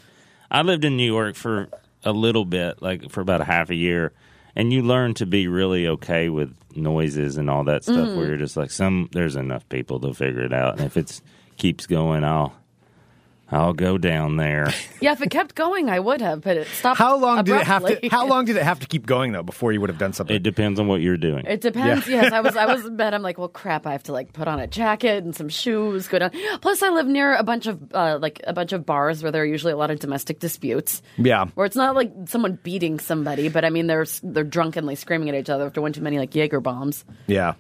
S3: I lived in New York for a little bit, like for about a half a year, and you learn to be really okay with noises and all that stuff.
S7: Mm-hmm.
S3: Where you're just like, some there's enough people to figure it out, and if it keeps going, I'll I'll go down there.
S7: Yeah, if it kept going, I would have, but it stopped.
S6: how long did it have to?
S7: abruptly.
S6: How long did it have to keep going though before you would have done something?
S3: It depends on what you're doing.
S7: It depends. Yes, I was. I was in bed. I'm like, well, crap. I have to like put on a jacket and some shoes. Go down. Plus, I live near a bunch of uh, like a bunch of bars where there are usually a lot of domestic disputes.
S6: Yeah.
S7: Where it's not like someone beating somebody, but I mean they're they're drunkenly screaming at each other after one too many like Jaeger bombs.
S6: yeah.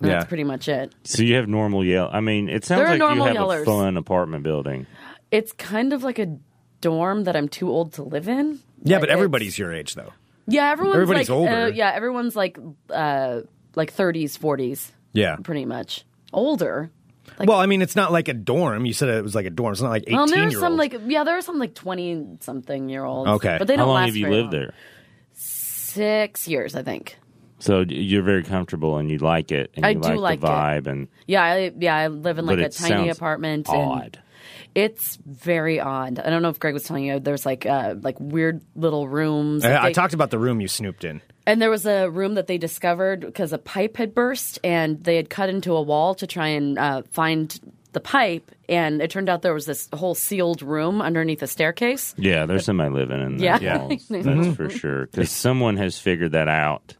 S7: And
S6: Yeah.
S7: That's pretty much it.
S3: so you have normal yell. I mean, it sounds
S7: There are
S3: like you
S7: normal
S3: have a
S7: yellers.
S3: fun apartment building.
S7: It's kind of like a dorm that I'm too old to live in.
S6: Yeah, but
S7: It's-
S6: everybody's your age though.
S7: yeah everyone's
S6: everybody's
S7: like,
S6: older.
S7: Uh, yeah, everyone's like uh, like 30s, 40s,
S6: Yeah.
S7: pretty much older.
S6: well, I mean, it's not like a dorm. You said it was like a dorm. It's not like eighteen
S7: Well, there are
S6: year
S7: some
S6: olds.
S7: like yeah, there are some like twenty something year olds.
S6: Okay.
S7: but they don't
S3: How long
S7: last
S3: have you
S7: very
S3: lived
S7: long.
S3: there?
S7: Six years, I think.
S3: So you're very comfortable and you like it, and
S7: I
S3: you
S7: do
S3: like the
S7: like it.
S3: vibe, and
S7: Yeah, I, yeah, I live in like
S3: But
S7: a
S3: it
S7: tiny
S3: sounds
S7: apartment. and-
S3: odd.
S7: It's very odd. I don't know if Greg was telling you there's like uh, like weird little rooms.
S6: I, I
S7: They-
S6: talked about the room you snooped in.
S7: and there was a room that they discovered because a pipe had burst, and they had cut into a wall to try and uh, find the pipe. And it turned out there was this whole sealed room underneath a staircase.
S3: Yeah, there's somebody living in
S7: Yeah. Mm-hmm.
S3: there.
S7: Yeah.
S3: that's for sure. Because someone has figured that out.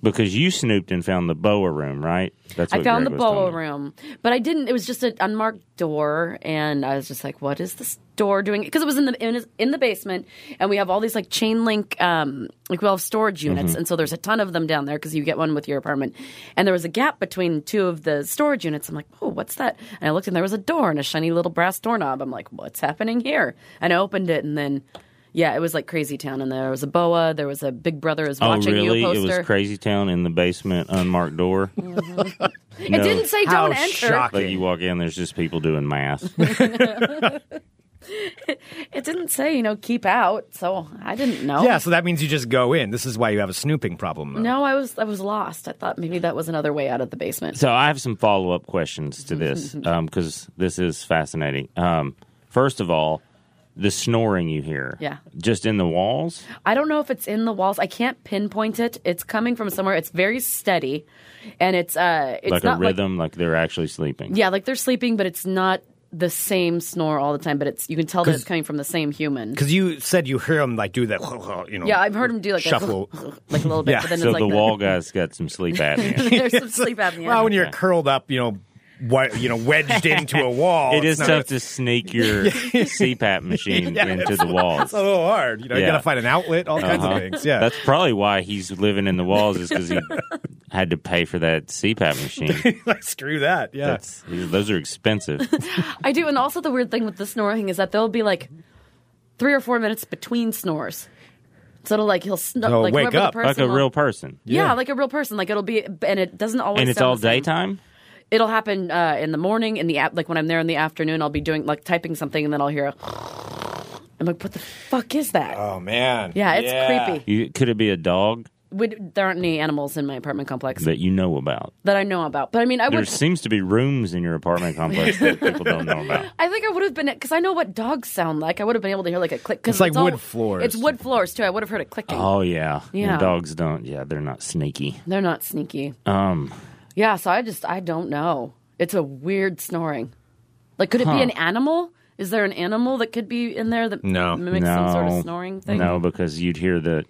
S3: Because you snooped and found the boa room, right? That's
S7: I found
S3: Greg was
S7: the
S3: telling
S7: boa
S3: me.
S7: room, but I didn't. It was just an unmarked door, and I was just like, "What is this door doing?" Because it was in the in, in the basement, and we have all these like chain link, um, like we all have storage units,
S3: Mm-hmm.
S7: and so there's a ton of them down there because you get one with your apartment. And there was a gap between two of the storage units. I'm like, "Oh, what's that?" And I looked, and there was a door and a shiny little brass doorknob. I'm like, "What's happening here?" And I opened it, and then. Yeah, it was like crazy town, and there was a boa. There was a Big Brother is
S3: Oh,
S7: watching
S3: really?
S7: you
S3: It
S7: poster.
S3: was Crazy Town in the basement, unmarked door.
S7: It didn't say
S6: How
S7: don't enter.
S6: shocking.
S3: Like you walk in, there's just people doing math.
S7: It didn't say, you know, keep out, so I didn't know.
S6: Yeah, so that means you just go in. This is why you have a snooping problem. Though.
S7: No, I was I was lost. I thought maybe that was another way out of the basement.
S3: So I have some follow up questions to this because this is fascinating. Um, first of all, the snoring you hear,
S7: Yeah.
S3: just in the walls.
S7: I don't know if it's in the walls. I can't pinpoint it. It's coming from somewhere. It's very steady, and it's uh, it's
S3: like a
S7: not
S3: rhythm, like, they're actually sleeping.
S7: yeah, like they're sleeping, but it's not the same snore all the time. But it's you can tell that it's coming from the same human.
S6: Because you said you hear him like do that, you know.
S7: Yeah, I've heard him do like
S6: shuffle.
S7: a like a little bit,
S6: Yeah,
S7: but then
S3: So
S7: it's like
S3: the wall guy's got some sleep apnea.
S7: There's some sleep apnea.
S6: Well, when you're
S3: Okay.
S6: curled up, you know, wi- you know, wedged into a wall,
S3: it is
S6: Oh, it's not-
S3: tough to sneak your CPAP machine
S6: Yeah,
S3: into
S6: it's-
S3: the walls.
S6: It's a little hard. You know, you
S3: Yeah.
S6: gotta find an outlet, all kinds
S3: Uh-huh.
S6: of things. Yeah.
S3: That's probably why he's living in the walls is because he had to pay for that CPAP machine.
S6: like screw that. Yeah.
S3: That's those are expensive.
S7: I do, and also the weird thing with the snoring is that there'll be like three or four minutes between snores. So it'll like he'll snore
S6: He'll
S7: like
S6: wake
S7: whoever
S6: up.
S7: the
S6: Like
S7: person
S3: like a
S7: will-
S3: real person.
S7: yeah. like a real person like it'll be and it doesn't always
S3: And it's
S7: sound
S3: all
S7: the same.
S3: daytime?
S7: It'll happen uh, in the morning in the app like when I'm there in the afternoon I'll be doing like typing something and then I'll hear a I'm like what the fuck is that?
S6: Oh man.
S7: yeah, it's creepy.
S3: You, could it be a dog
S7: We, there aren't any animals in my apartment complex
S3: that you know about?
S7: that I know about. But I mean I
S3: There
S7: would
S3: seems to be rooms in your apartment complex that people don't know about.
S7: I think I would have been because I know what dogs sound like. I would have been able to hear like a click. 'cause
S6: It's like
S7: all-
S6: wood floors.
S7: It's wood floors too. I would have heard a clicking.
S3: Oh yeah,
S7: Yeah.
S3: And dogs don't. Yeah, they're not sneaky.
S7: They're not sneaky.
S3: Um,
S7: Yeah, so I just I don't know. It's a weird snoring. Like, could it be an animal? Is there an animal that could be in there that
S6: No.
S7: mimics
S3: no,
S7: some sort of snoring thing?
S3: No, because you'd hear the.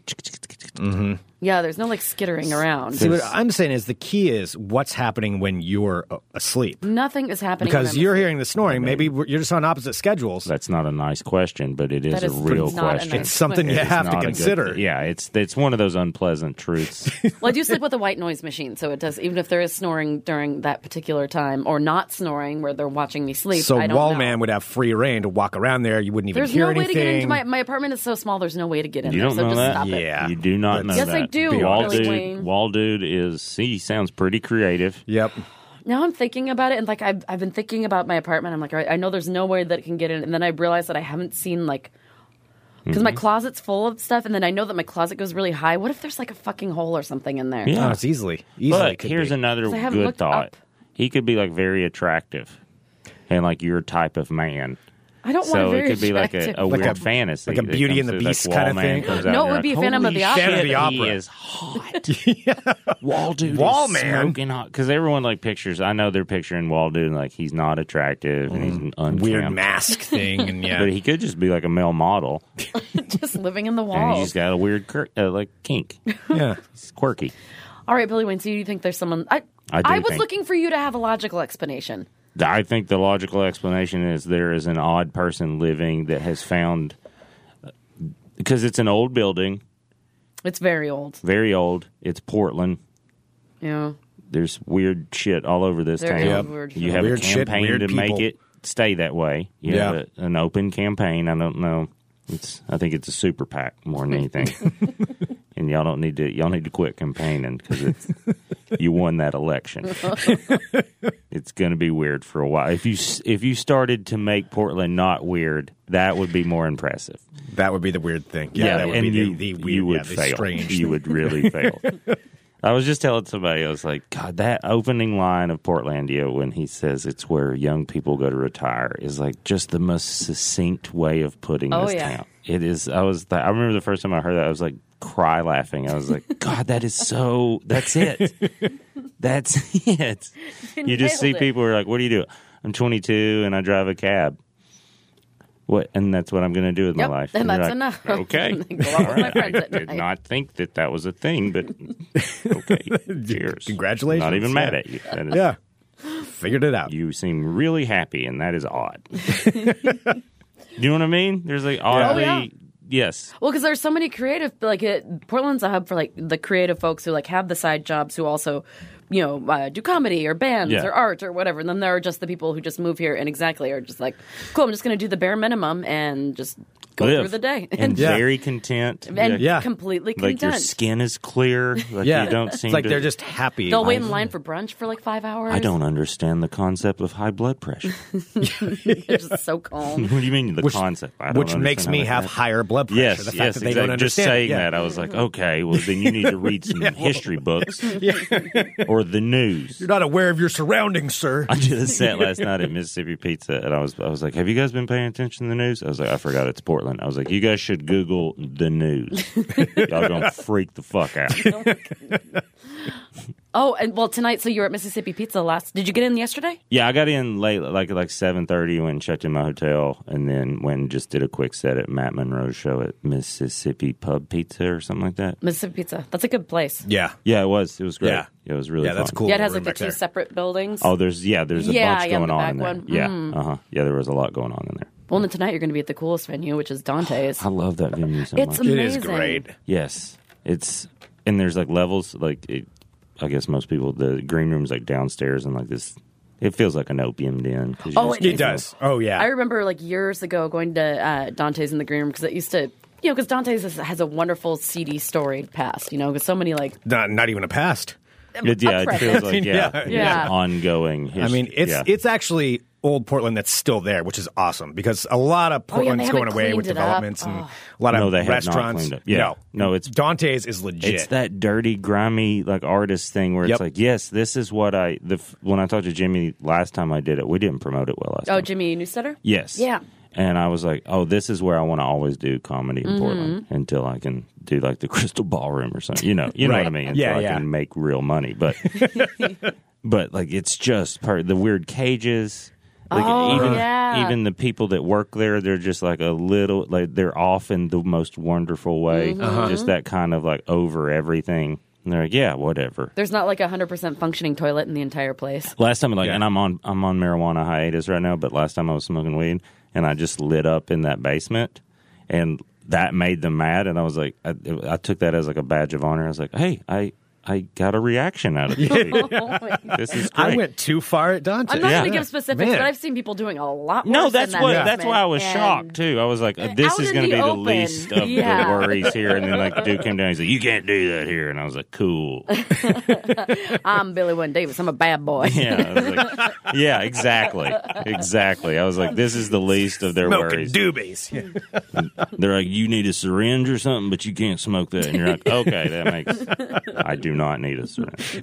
S7: Yeah, there's no like skittering around.
S6: See what I'm saying is the key is what's happening when you're uh, asleep.
S7: Nothing is happening
S6: Because
S7: when I'm
S6: you're hearing the snoring, maybe we're- you're just on opposite schedules.
S3: That's not a nice question, but it is,
S7: That is
S3: a real
S7: not a nice
S3: question.
S6: it's something you
S7: It's
S3: It's
S6: have to
S3: not a good-
S6: consider.
S3: yeah, it's it's one of those unpleasant truths.
S7: asleep. Well, I do sleep with a white noise machine, so it does. Even if there is snoring during that particular time, or not snoring where they're watching me sleep,
S6: So
S7: I don't
S6: Wallman
S7: know.
S6: would have free reign to walk around there. You wouldn't even
S7: There's
S6: hear
S7: no way
S6: anything.
S7: to get into my my apartment is so small. There's no way to get in
S3: You
S7: there.
S3: don't
S7: so
S3: know
S7: just
S3: that?
S7: stop it.
S6: Yeah.
S3: You do not know
S6: Yes,
S3: that.
S7: I do,
S6: Be
S3: Wall
S6: honest.
S3: dude,
S7: Wayne.
S3: Wall dude is. See, he sounds pretty creative.
S6: Yep.
S7: Now I'm thinking about it, and like I've I've been thinking about my apartment. I'm like, all right, I know there's no way that it can get in, and then I realize that I haven't seen like because my
S3: Mm-hmm.
S7: closet's full of stuff, and then I know that my closet goes really high. What if there's like a fucking hole or something in there?
S3: Yeah.
S6: Oh, it's easily. Easily.
S3: But
S6: could
S3: here's
S6: be.
S3: another
S7: 'Cause I haven't
S3: good
S7: looked
S3: thought.
S7: up.
S3: He could be like very attractive, and like your type of man.
S7: I don't want
S3: So
S7: to very
S3: it could be like a,
S7: attractive-
S3: a
S6: Like
S3: weird
S6: a-
S3: fantasy,
S6: like a
S3: that
S6: Beauty
S3: comes
S6: and the
S3: through, like,
S6: Beast kind of
S3: Wallman
S6: thing?
S3: comes
S7: No,
S3: out
S7: it
S3: and you're
S7: would be
S3: like,
S7: Phantom of the
S3: "Holy
S7: Opera."
S6: Phantom of the
S3: shit,
S6: Opera.
S3: He is hot. Wall dude,
S6: Wall
S3: is
S6: man.
S3: smoking hot because everyone like pictures. I know they're picturing Wall dude like he's not attractive and he's an
S6: Mm. weird
S3: unkempt.
S6: mask thing and yeah.
S3: But he could just be like a male model,
S7: just living in the
S3: and
S7: walls.
S3: he's got a weird cur- uh, like kink.
S6: yeah.
S3: It's quirky.
S7: All right, Billy Wayne. So you think there's someone? I
S3: I do
S7: was
S3: think-
S7: looking for you to have a logical explanation.
S3: I think the logical explanation is there is an odd person living that has found because it's an old building,
S7: It's very old.
S3: very old. It's Portland.
S7: Yeah.
S3: There's weird shit all over this
S7: There
S3: town.
S7: is Yep. weird
S3: you
S7: shit.
S3: have
S6: Weird
S3: a
S6: shit,
S3: campaign
S6: weird
S3: to
S6: people.
S3: make it stay that way. You
S6: Yeah.
S3: have a- an open campaign. I don't know. It's I think it's a super PAC more than anything. and y'all don't need to y'all need to quit campaigning because it's you won that election. it's going to be weird for a while. If you s- if you started to make Portland not weird, that would be more impressive.
S6: That would be the weird thing. Yeah, that would
S3: and
S6: be
S3: you,
S6: the, the weird
S3: you would
S6: yeah, the
S3: fail.
S6: strange
S3: You would really fail. I was just telling somebody, I was like, God, that opening line of Portlandia when he says it's where young people go to retire is like just the most succinct way of putting
S7: Oh,
S3: this
S7: yeah.
S3: town. It is. I was. I remember the first time I heard that, I was like, cry laughing. I was like, God, that is so. That's it. That's it. You, just see
S7: nailed it.
S3: people who are like, What do you do? I'm 22 and I drive a cab. What? And that's what I'm going to do with
S7: Yep,
S3: my life.
S7: and
S3: you're
S7: that's
S3: like,
S7: enough.
S3: Okay.
S7: Go out with
S3: All
S7: my
S3: right.
S7: friends
S3: I
S7: at
S3: did
S7: night.
S3: not think that that was a thing, but okay. Cheers.
S6: Congratulations.
S3: Not even
S6: Yeah.
S3: mad at you. That is,
S6: Yeah. Figured it out.
S3: You seem really happy, and that is odd. you know what I mean? There's like oddly.
S7: Oh, yeah.
S3: Yes.
S7: Well, because there's so many creative, like it, Portland's a hub for like the creative folks who like have the side jobs who also, you know, uh, do comedy or bands
S3: Yeah.
S7: or art or whatever. And then there are just the people who just move here and exactly are just like, cool, I'm just going to do the bare minimum and just go
S3: Live.
S7: through the day
S3: Oh, And
S7: and,
S6: Yeah.
S3: very content.
S7: and
S6: Yeah.
S7: completely
S3: Like your
S7: content.
S3: skin is clear. Like
S6: Yeah.
S3: you don't seem
S6: It's like
S3: to-
S6: they're just happy.
S7: They'll wait in line for brunch for like five hours.
S3: I don't understand the concept of high blood pressure.
S7: They're just so calm.
S3: what do you mean the
S6: Which-
S3: concept? I don't
S6: Which makes
S3: understand
S6: me
S3: how
S6: have
S3: that happens.
S6: higher blood pressure.
S3: Yes,
S6: the fact
S3: yes,
S6: that they
S3: exactly.
S6: don't
S3: Just
S6: understand. it.
S3: saying
S6: Yeah.
S3: that, I was like, okay, well, then you need to read some history books or the news.
S6: You're not aware of your surroundings, sir.
S3: I did a set last night at Mississippi Pizza, and I was I was like, "Have you guys been paying attention to the news?" I was like, "I forgot it's Portland." I was like, "You guys should Google the news. Y'all gonna freak the fuck out."
S7: Oh, and well, tonight, so you were at Mississippi Pizza last. Did you get in yesterday?
S3: Yeah, I got in late, like like seven thirty. Went and checked in my hotel, and then went and just did a quick set at Matt Monroe's show at Mississippi Pub Pizza or something like that.
S7: Mississippi Pizza. That's a good place.
S6: yeah.
S3: Yeah, it was. It was great.
S6: Yeah.
S3: Yeah, it was really.
S6: yeah, that's
S3: fun.
S6: cool.
S7: Yeah, it has
S6: Room
S7: like the
S6: back
S7: two
S6: there.
S7: separate buildings.
S3: Oh, there's yeah, there's a
S7: Yeah,
S3: bunch
S7: yeah,
S3: going
S7: the
S3: on
S7: back
S3: in there.
S7: one. Mm-hmm.
S3: Yeah, uh huh. Yeah, there was a lot going on in there.
S7: Well, and tonight you're going to be at the coolest venue, which is Dante's.
S3: I love that venue so
S7: It's
S3: much.
S6: It
S7: amazing.
S6: is great.
S3: Yes, it's and there's like levels. Like it, I guess most people, the green room's like downstairs and like this. It feels like an opium den. 'cause you
S7: Oh,
S3: just-
S6: It does. Oh yeah.
S7: I remember like years ago going to uh, Dante's in the green room because it used to, you know, because Dante's has, has a wonderful seedy storied past, you know, because so many like
S6: not, not even a past.
S3: It, yeah, it
S7: Upright.
S3: feels like yeah,
S6: Yeah.
S3: it's
S7: Yeah.
S3: ongoing.
S6: I
S3: history.
S6: mean, it's
S3: yeah.
S6: it's actually old Portland that's still there, which is awesome because a lot of
S7: Oh, yeah,
S6: Portland's
S7: they haven't
S6: going away with
S7: cleaned it up.
S6: developments and
S7: Oh.
S6: a lot of
S3: No, they have not
S6: restaurants.
S3: cleaned up. Yeah.
S6: No,
S3: No, it's-
S6: Dante's is legit.
S3: It's that dirty, grimy, like artist thing where
S6: Yep.
S3: it's like, yes, this is what I. The f- when I talked to Jimmy last time I did it, we didn't promote it well. Last
S7: oh
S3: time.
S7: Jimmy Newstetter.
S3: Yes.
S7: Yeah.
S3: And I was like, oh, this is where I want to always do comedy in Portland until I can do like the Crystal Ballroom or something. You know, you know
S6: Right.
S3: what I mean?
S6: Yeah,
S3: until
S6: yeah.
S3: I can make real money, but but like it's just part the weird cages. Like
S7: Oh,
S3: even
S7: yeah.
S3: even the people that work there, they're just like a little like they're off in the most wonderful way, just that kind of like over everything. And they're like, yeah, whatever.
S7: There's not like a hundred percent functioning toilet in the entire place.
S3: Last time, like,
S6: Yeah.
S3: and I'm on I'm on marijuana hiatus right now. But last time I was smoking weed, and I just lit up in that basement, and that made them mad. And I was like, I, I took that as like a badge of honor. I was like, hey, I I got a reaction out of this. dude.
S7: Oh my God.
S3: this is great.
S6: I went too far at Dante's.
S7: I'm not
S3: Yeah.
S7: going to give specifics,
S6: Man.
S7: but I've seen people doing a lot.
S3: no,
S7: worse
S3: that's
S7: in that
S3: what.
S7: basement.
S3: That's why I was
S7: And-
S3: shocked too. I was like, "This
S7: out
S3: is
S7: in
S3: going to
S7: the
S3: be
S7: open.
S3: the least of
S7: Yeah.
S3: the worries here." And then like, the dude came down. He's like, "You can't do that here." And I was like, "Cool."
S7: I'm Billy Wynn Davis. I'm a bad boy.
S3: Yeah, I was like, yeah, exactly, exactly. I was like, "This is the least of their
S6: Milk and
S3: worries."
S6: doobies. Yeah.
S3: They're like, you need a syringe or something, but you can't smoke that. And you're like, okay, that makes. I do not need a syringe.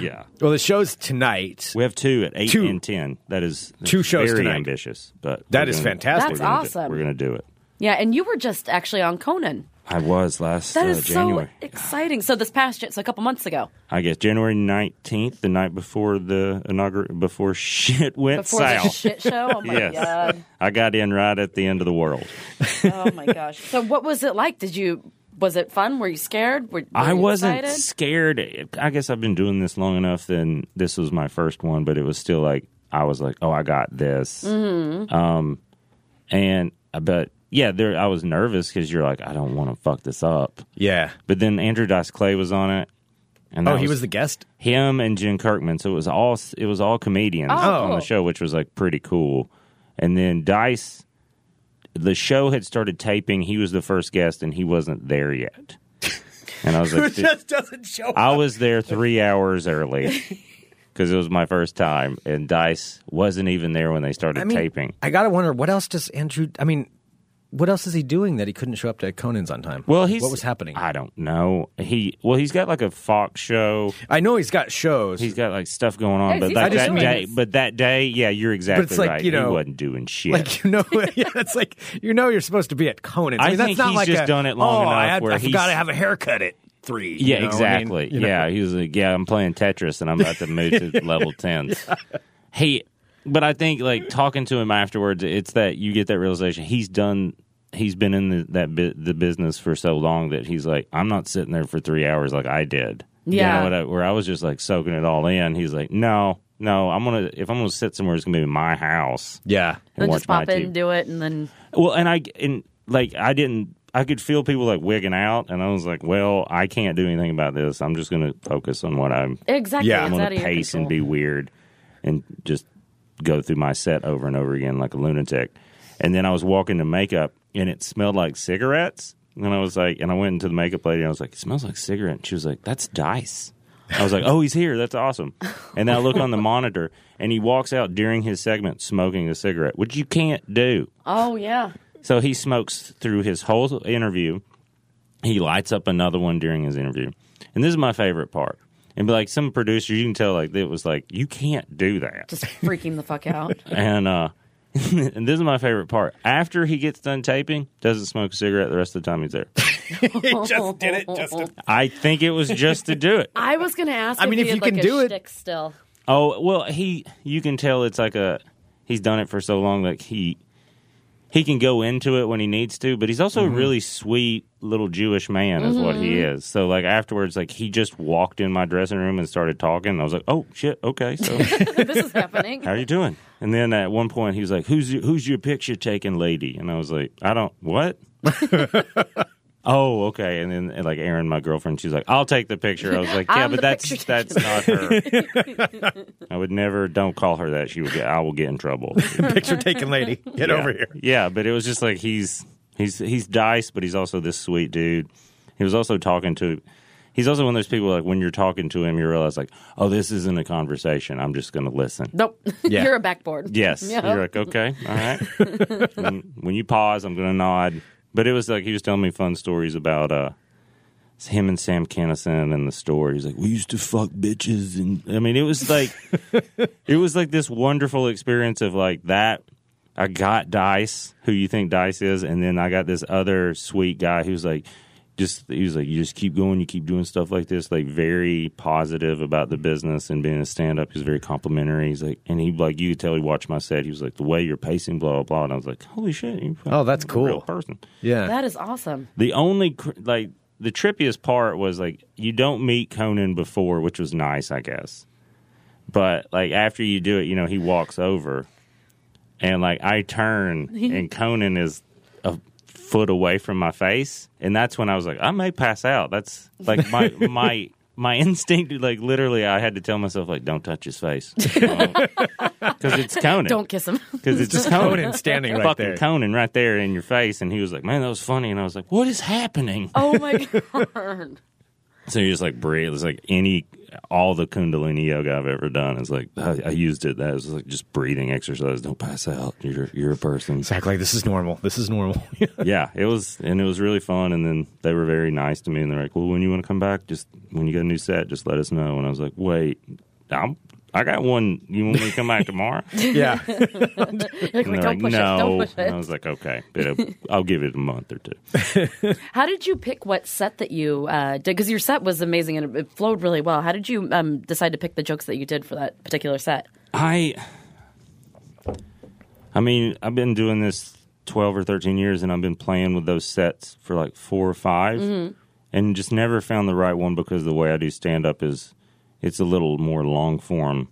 S3: yeah,
S6: Well, the show's tonight.
S3: we have two at eight
S6: Two.
S3: and ten. That is that's
S6: Two shows
S3: Very
S6: tonight.
S3: ambitious, but
S6: That
S3: we're
S6: is
S3: gonna-
S6: fantastic.
S7: That's
S3: we're gonna do-
S7: awesome.
S3: we're gonna do it.
S7: Yeah, and you were just actually on Conan.
S3: I was last
S7: That
S3: uh,
S7: is
S3: January.
S7: so exciting. So this past, so a couple months ago.
S3: I guess January nineteenth, the night before the inaugural, before shit went
S7: before the
S3: south.
S7: shit show. Oh my
S3: yes,
S7: god!
S3: I got in right at the end of the world.
S7: Oh my gosh! So what was it like? Did you? Was it fun? Were you scared? Were, were
S3: I
S7: you
S3: wasn't
S7: excited?
S3: scared. I guess I've been doing this long enough. Then this was my first one, but it was still like I was like, "Oh, I got this." Um,
S7: Mm-hmm.
S3: and uh, but yeah, there I was nervous because you're like, I don't want to fuck this up.
S6: Yeah.
S3: But then Andrew Dice Clay was on it, and
S6: Oh,
S3: that
S6: he was the guest.
S3: him and Jen Kirkman. So it was all it was all comedians on
S7: Oh, cool.
S3: the show, which was like pretty cool. And then Dice, the show had started taping. He was the first guest, and he wasn't there yet. And I was like,
S6: doesn't show up.
S3: I was there three hours early because it was my first time, and Dice wasn't even there when they started
S6: I mean,
S3: taping.
S6: I gotta wonder what else does Andrew? I mean, what else is he doing that he couldn't show up to Conan's on time?
S3: Well, he's
S6: what was happening? I,
S3: I don't know. He well, he's got like a Fox show.
S6: know he's got shows.
S3: He's got like stuff going on,
S7: Yes,
S3: but
S7: he's
S3: like
S7: not
S3: that
S7: doing
S3: day,
S7: this.
S3: but that day, yeah, you're exactly
S6: like,
S3: right.
S6: you know,
S3: he wasn't doing shit.
S6: like you know, yeah, it's like you know you're supposed to be at Conan's. I,
S3: I
S6: mean, that's
S3: think
S6: not
S3: he's
S6: like
S3: just
S6: a,
S3: done it long
S6: oh,
S3: enough
S6: I, had-
S3: where
S6: I
S3: he's-
S6: forgot to have a haircut at three.
S3: yeah,
S6: you know? I mean,
S3: exactly.
S6: you know.
S3: Yeah, he was like, yeah, I'm playing Tetris and I'm about to move to level ten. Hey, but I think like talking to him afterwards, it's that you get that realization he's done. He's been in the, that bu- the business for so long that he's like, I'm not sitting there for three hours like I did. You
S7: Yeah.
S3: know what I- where I was just like soaking it all in. He's like, no, no, I'm gonna if I'm gonna sit somewhere, it's gonna be in my house.
S6: Yeah.
S3: and
S7: Then
S3: watch
S7: just pop
S3: my
S7: in,
S3: TV.
S7: do it, and then
S3: Well, and I and like I didn't. I could feel people like wigging out, and I was like, "Well, I can't do anything about this. I'm just going to focus on what I'm.
S7: exactly.
S6: Yeah.
S7: it's
S3: I'm
S7: out
S3: going to
S7: of your
S3: pace and be
S7: control.
S3: weird, and just go through my set over and over again like a lunatic." And then I was walking to makeup, and it smelled like cigarettes. And I was like, and I went into the makeup lady, and I was like, "It smells like cigarette." And she was like, "That's Dice." I was like, "Oh, he's here. That's awesome." And then I look on the monitor, and he walks out during his segment smoking a cigarette, which you can't do.
S7: Oh yeah.
S3: So he smokes through his whole interview. He lights up another one during his interview. And this is my favorite part. And like some producers, you can tell like it was like you can't do that.
S7: Just freaking the fuck out.
S3: And uh and this is my favorite part. After he gets done taping, doesn't smoke a cigarette the rest of the time he's there.
S6: He just did it. Just to,
S3: I think it was just to do it.
S7: I was gonna ask.
S6: I mean,
S7: if,
S6: if
S7: he
S6: you
S7: had,
S6: can
S7: like,
S6: do
S7: a
S6: it-
S7: shtick still.
S3: Oh well, he you can tell it's like a he's done it for so long like he he can go into it when he needs to, but he's also a really sweet little Jewish man is what he is. So like afterwards, like he just walked in my dressing room and started talking. and I was like, oh shit, okay, so
S7: this is happening.
S3: how are you doing? And then at one point he was like, who's your, who's your picture taking lady? And I was like, I don't what. Oh, okay. And then, like Erin, my girlfriend, she's like, "I'll take the picture." I was like, "Yeah,
S7: I'm
S3: but
S7: the
S3: that's
S7: picture
S3: that's not her." I would never. Don't call her that. She would get. I will get in trouble.
S6: picture taken lady. Get
S3: Yeah.
S6: over here.
S3: Yeah, but it was just like he's he's he's dice, but he's also this sweet dude. He was also talking to. He's also one of those people like when you're talking to him, you realize like, oh, this isn't a conversation. I'm just going to listen.
S7: Nope.
S6: Yeah.
S7: You're a backboard.
S3: Yes,
S7: Yeah.
S3: you're like, okay, all right. when, when you pause, I'm going to nod. But it was like he was telling me fun stories about uh, him and Sam Kennison and the store. He's like, we used to fuck bitches, and I mean, it was like, it was like this wonderful experience of like that. I got Dice, who you think Dice is, and then I got this other sweet guy who's like, just he was like, you just keep going, you keep doing stuff like this, like very positive about the business and being a stand up. He's very complimentary. He's like, and he like you could tell he watched my set. He was like, the way you're pacing, blah blah blah. And I was like, holy shit, you're
S6: Oh, that's
S3: a real
S6: cool.
S3: person.
S6: Yeah.
S7: That is awesome.
S3: The only cr- like the trippiest part was like you don't meet Conan before, which was nice, I guess. But like after you do it, you know he walks over, and like I turn and Conan is a foot away from my face, and that's when I was like, I may pass out. That's like my my. My instinct, like literally, I had to tell myself, like, don't touch his face, because it's Conan.
S7: Don't kiss him.
S3: because it's
S6: Conan standing right
S3: fucking
S6: there.
S3: Conan right there in your face, and he was like, "Man, that was funny," and I was like, "What is happening?"
S7: Oh my god.
S3: So you just like breathe. It's like any all the Kundalini yoga I've ever done is like I, I used it. That was like just breathing exercise. Don't pass out. You're you're a person.
S6: Act like this is normal. This is normal.
S3: yeah, it was and it was really fun. And then they were very nice to me, and they're like, "Well, when you want to come back, just when you get a new set, just let us know." And I was like, "Wait, I'm." I got one. You want me to come back tomorrow?
S6: yeah.
S7: Like,
S3: And
S7: wait,
S3: they're
S7: don't
S3: like,
S7: push
S3: no.
S7: it. Don't push
S3: And I
S7: it.
S3: was like, okay, it'll- I'll give it a month or two.
S7: How did you pick what set that you uh, did? Because your set was amazing and it- it flowed really well. How did you um, decide to pick the jokes that you did for that particular set?
S3: I I mean, I've been doing this 12 or 13 years and I've been playing with those sets for like 4 or 5
S7: Mm-hmm.
S3: and just never found the right one because the way I do stand up is it's a little more long form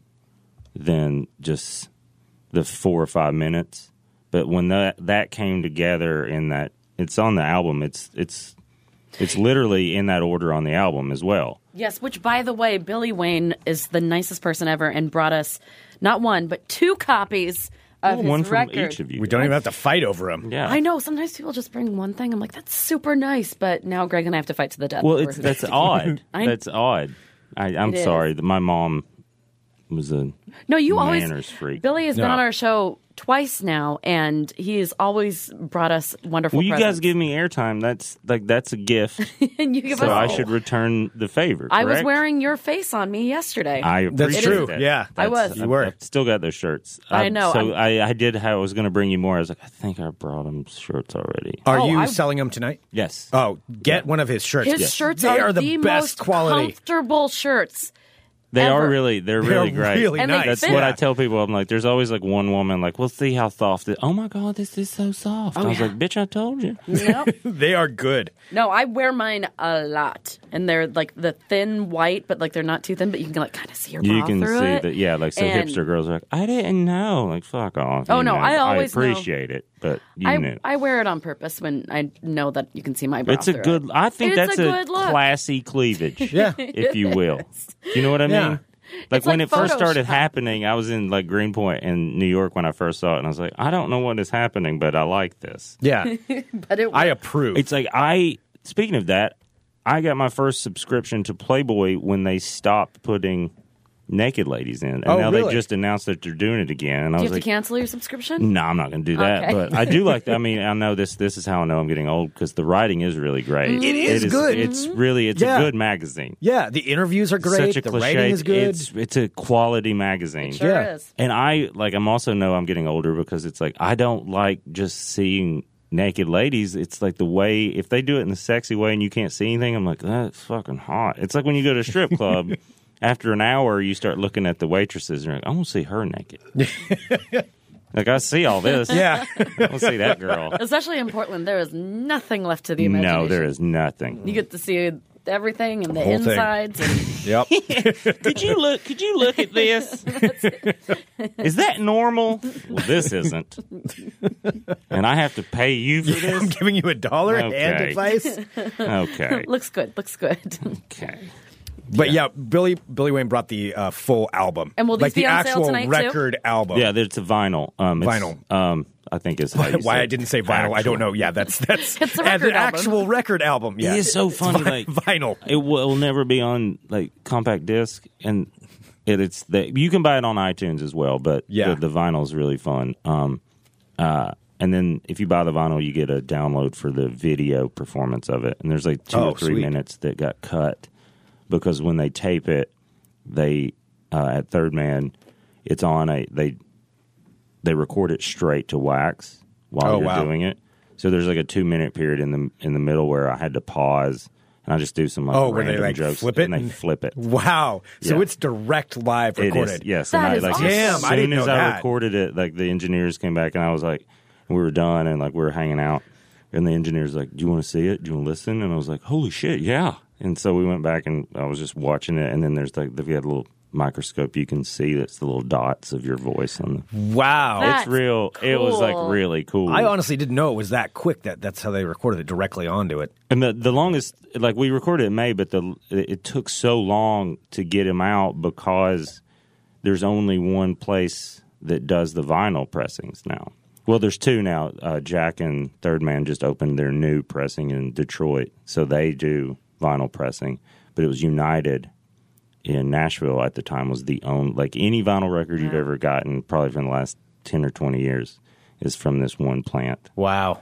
S3: than just the 4 or 5 minutes. But when that that came together in that it's on the album, it's it's it's literally in that order on the album as well.
S7: Yes, which by the way, Billy Wayne is the nicest person ever and brought us not one but two copies of his
S3: one from
S7: record.
S3: each of you.
S6: We don't even have to fight over him.
S3: yeah.
S7: I know. Sometimes people just bring one thing. I'm like, that's super nice, but now Greg and I have to fight to the death.
S3: Well,
S7: over
S3: it's
S7: who
S3: that's
S7: gets it.
S3: odd.
S7: I-
S3: that's odd. I, I'm
S7: It is.
S3: sorry. that My mom was a
S7: No, you always.
S3: manners freak.
S7: Billy has been
S6: No.
S7: on our show twice now, and he has always brought us wonderful.
S3: Well, you guys
S7: presents.
S3: give me airtime. That's like that's a gift,
S7: and you give
S3: so
S7: us.
S3: I should return the favor.
S7: I was
S3: correct?
S7: wearing your face on me yesterday.
S3: I
S6: That's
S3: appreciate
S6: true,
S3: that.
S6: yeah.
S7: I
S3: That's-
S7: was.
S6: You were.
S3: I've still got those shirts.
S7: I
S3: Um,
S7: know,
S3: So I, I did. I was going to bring you more. I was like, I think I brought him shirts already.
S6: Are
S7: Oh,
S6: you
S7: I-
S6: selling them tonight?
S3: yes.
S6: Oh, get one of his shirts.
S7: His shirts
S6: they
S7: are,
S6: the, best
S7: most
S6: quality.
S7: comfortable shirts.
S3: They
S7: ever.
S3: are really, they're really great.
S6: really
S7: And they
S6: nice.
S3: That's
S7: fit.
S3: what I
S6: Yeah.
S3: tell people. I'm like, there's always like one woman, like, we'll see how soft it. Oh my god, this is so soft. I was
S7: Oh, yeah.
S3: like, bitch, I told you.
S7: Nope.
S6: They are good.
S7: no, I wear mine a lot, and they're like the thin white, but like they're not too thin, but you can like kind of see your
S3: You
S7: bra
S3: can see
S7: through it.
S3: that, yeah. Like, so
S7: And-
S3: hipster girls are like, I didn't know. Like, fuck off.
S7: Oh,
S3: you
S7: no,
S3: know.
S7: I always know.
S3: appreciate it, but you
S7: I,
S3: knew.
S7: I wear it on purpose when I know that you can see my bra.
S3: it's a
S7: through
S3: good.
S7: it.
S3: I think
S7: It's
S3: that's
S7: a
S3: a,
S7: good look.
S3: classy cleavage.
S6: Yeah.
S3: if you will. You know what I mean?
S6: Yeah.
S3: Like
S7: It's
S3: when
S7: like
S3: it first
S7: Photoshop.
S3: started happening, I was in like Greenpoint in New York when I first saw it, and I was like, I don't know what is happening, but I like this.
S6: Yeah.
S7: But it,
S6: I approve.
S3: It's like I. Speaking of that, I got my first subscription to Playboy when they stopped putting naked ladies in, and
S6: Oh,
S3: now
S6: really?
S3: they just announced that they're doing it again. And I
S7: do
S3: was
S7: you have
S3: like, Mm,
S7: to cancel your subscription?
S3: no, I'm not going to do that.
S7: Okay.
S3: But I do like. I mean, I know this. This is how I know I'm getting old because the writing is really
S7: Mm-hmm.
S3: great. It
S6: is good.
S3: It's really. It's
S6: Yeah.
S3: a good magazine.
S6: yeah, the interviews are great.
S3: Such a
S6: the
S3: cliche.
S6: writing is good.
S3: It's it's a quality magazine.
S7: Sure
S6: Yeah.
S7: is.
S3: And I like. I'm also know I'm getting older because it's like I don't like just seeing naked ladies. It's like the way if they do it in a sexy way and you can't see anything, I'm like that's fucking hot. It's like when you go to a strip club. After an hour, you start looking at the waitresses and you're like, I want to see her naked. like I see all this.
S6: yeah.
S3: I want to see that girl.
S7: Especially in Portland, there is nothing left to the imagination.
S3: No, there is
S7: You
S3: nothing.
S7: get to see everything and the,
S6: whole thing.
S7: insides. And,
S6: yep.
S3: Could you look? Could you look at this? Is that normal? Well, this isn't. And I have to pay you for
S6: I'm
S3: this.
S6: giving you a dollar and
S3: Okay.
S6: advice.
S3: Okay.
S7: looks good. Looks good.
S3: Okay.
S6: But yeah, Billy Billy Wayne brought the uh, full album.
S7: And will these
S6: like
S7: be
S6: the
S7: on sale
S6: actual
S7: tonight, too?
S6: record album.
S3: Yeah, it's a vinyl. Um, it's-
S6: Vinyl.
S3: Um, I think is how you
S6: Why
S3: say
S6: I
S3: it.
S6: didn't say vinyl, I
S3: Actual.
S6: don't know. Yeah, that's that's
S7: It's a
S6: and
S7: record
S6: an
S7: album.
S6: actual record album. Yeah,
S3: It is so funny. like
S6: vinyl.
S3: it will never be on like compact disc, and it, it's the, you can buy it on iTunes as well. But
S6: Yeah.
S3: the, the vinyl is really fun. Um, uh, and then if you buy the vinyl, you get a download for the video performance of it. And there's like two
S6: Oh,
S3: or three
S6: sweet.
S3: minutes that got cut because when they tape it, they uh, at Third Man, it's on a they they record it straight to wax while
S6: Oh,
S3: you're
S6: wow.
S3: doing it. So there's like a two minute period in the in the middle where I had to pause and I just do some like
S6: Oh, where they,
S3: random
S6: like,
S3: jokes
S6: flip it
S3: and they
S6: and-
S3: flip it.
S6: Wow. So
S3: Yeah.
S6: it's direct live
S3: It
S6: recorded.
S3: is yes.
S7: That
S3: and
S7: is
S3: I, like,
S7: awesome.
S6: Damn,
S3: As soon
S6: I didn't
S3: as
S6: know
S3: I
S6: that.
S3: recorded it, like the engineers came back and I was like, we were done and like we were hanging out and the engineers like, do you want to see it? Do you want to listen? And I was like, holy shit, yeah. And so we went back and I was just watching it and then there's like they've got a little microscope you can see that's the little dots of your voice on the
S6: Wow.
S7: That-
S3: it's real. It was like
S7: cool.
S3: really cool.
S6: I honestly didn't know it was that quick. That that's how they recorded it directly onto it.
S3: and the the longest like we recorded in May, but the it took so long to get him out because there's only one place that does the vinyl pressings now. Well, there's two now. Uh, Jack and Third Man just opened their new pressing in Detroit, so they do vinyl pressing. But it was United in Nashville at the time was the own like any vinyl record you've ever gotten probably from the last ten or twenty years is from this one plant
S6: Wow.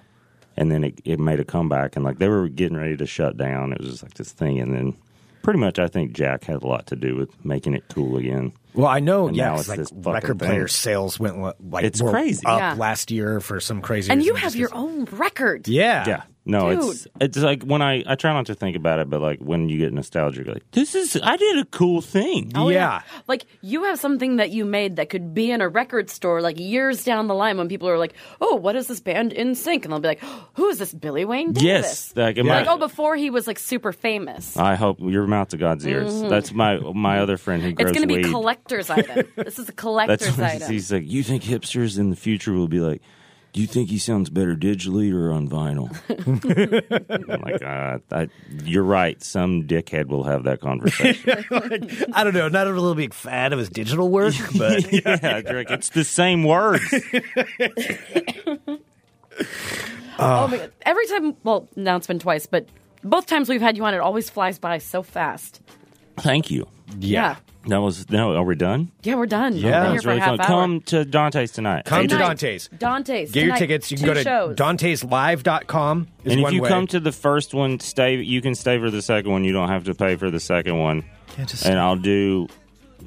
S3: and then it, it made a comeback and like they were getting ready to shut down it was just like this thing and then pretty much i think jack had a lot to do with making it cool again
S6: Well, I know.
S3: And
S6: yeah,
S3: now
S6: 'cause,
S3: it's
S6: like
S3: this fucking
S6: record
S3: thing.
S6: player sales went li- like
S3: It's
S6: were
S3: crazy.
S6: up
S7: Yeah.
S6: last year for some crazy.
S7: and you
S6: reason,
S7: have
S6: just
S7: your
S6: 'cause-
S7: own record.
S6: Yeah.
S3: yeah no it's it's like when i i try not to think about it but like when you get nostalgic like this is i did a cool thing
S7: Oh,
S6: yeah.
S7: Like you have something that you made that could be in a record store like years down the line when people are like, "Oh, what is this band in sync?" and they'll be like, "Who is this Billy Wayne Davis?"
S3: yes like, am
S7: Like,
S3: I,
S7: oh, before he was like super famous.
S3: I hope your mouth to god's ears that's my my other friend who
S7: Mm-hmm. it's
S3: grows
S7: going to be
S3: weed
S7: collector's item. This is a collector's
S3: that's what he's,
S7: item.
S3: he's like you think hipsters in the future will be like do you think he sounds better digitally or on vinyl? I'm like, uh, I, you're right. Some dickhead will have that conversation.
S6: I don't know. Not a really big fan of his digital work, but
S3: yeah, it's like, it's the same words.
S7: Oh my god! Every time, well, now it's been twice, but both times we've had you on, it always flies by so fast.
S3: Thank you.
S7: Yeah.
S3: That was no. Are we done?
S7: Yeah, we're done.
S6: Yeah.
S7: We're
S3: That
S7: here
S3: was
S7: for
S3: really
S7: a half
S3: fun.
S7: hour.
S3: Come to Dante's tonight.
S6: Come to
S3: Eight-
S7: Tonight.
S6: Dante's.
S7: Dante's.
S6: Get your
S7: tonight,
S6: tickets. You can
S7: two
S6: go to
S7: shows.
S6: danteslive.com is
S3: And if
S6: one
S3: you
S6: way.
S3: come to the first one, stay. You can stay for the second one. You don't have to pay for the second one.
S6: Yeah, just-
S3: and I'll do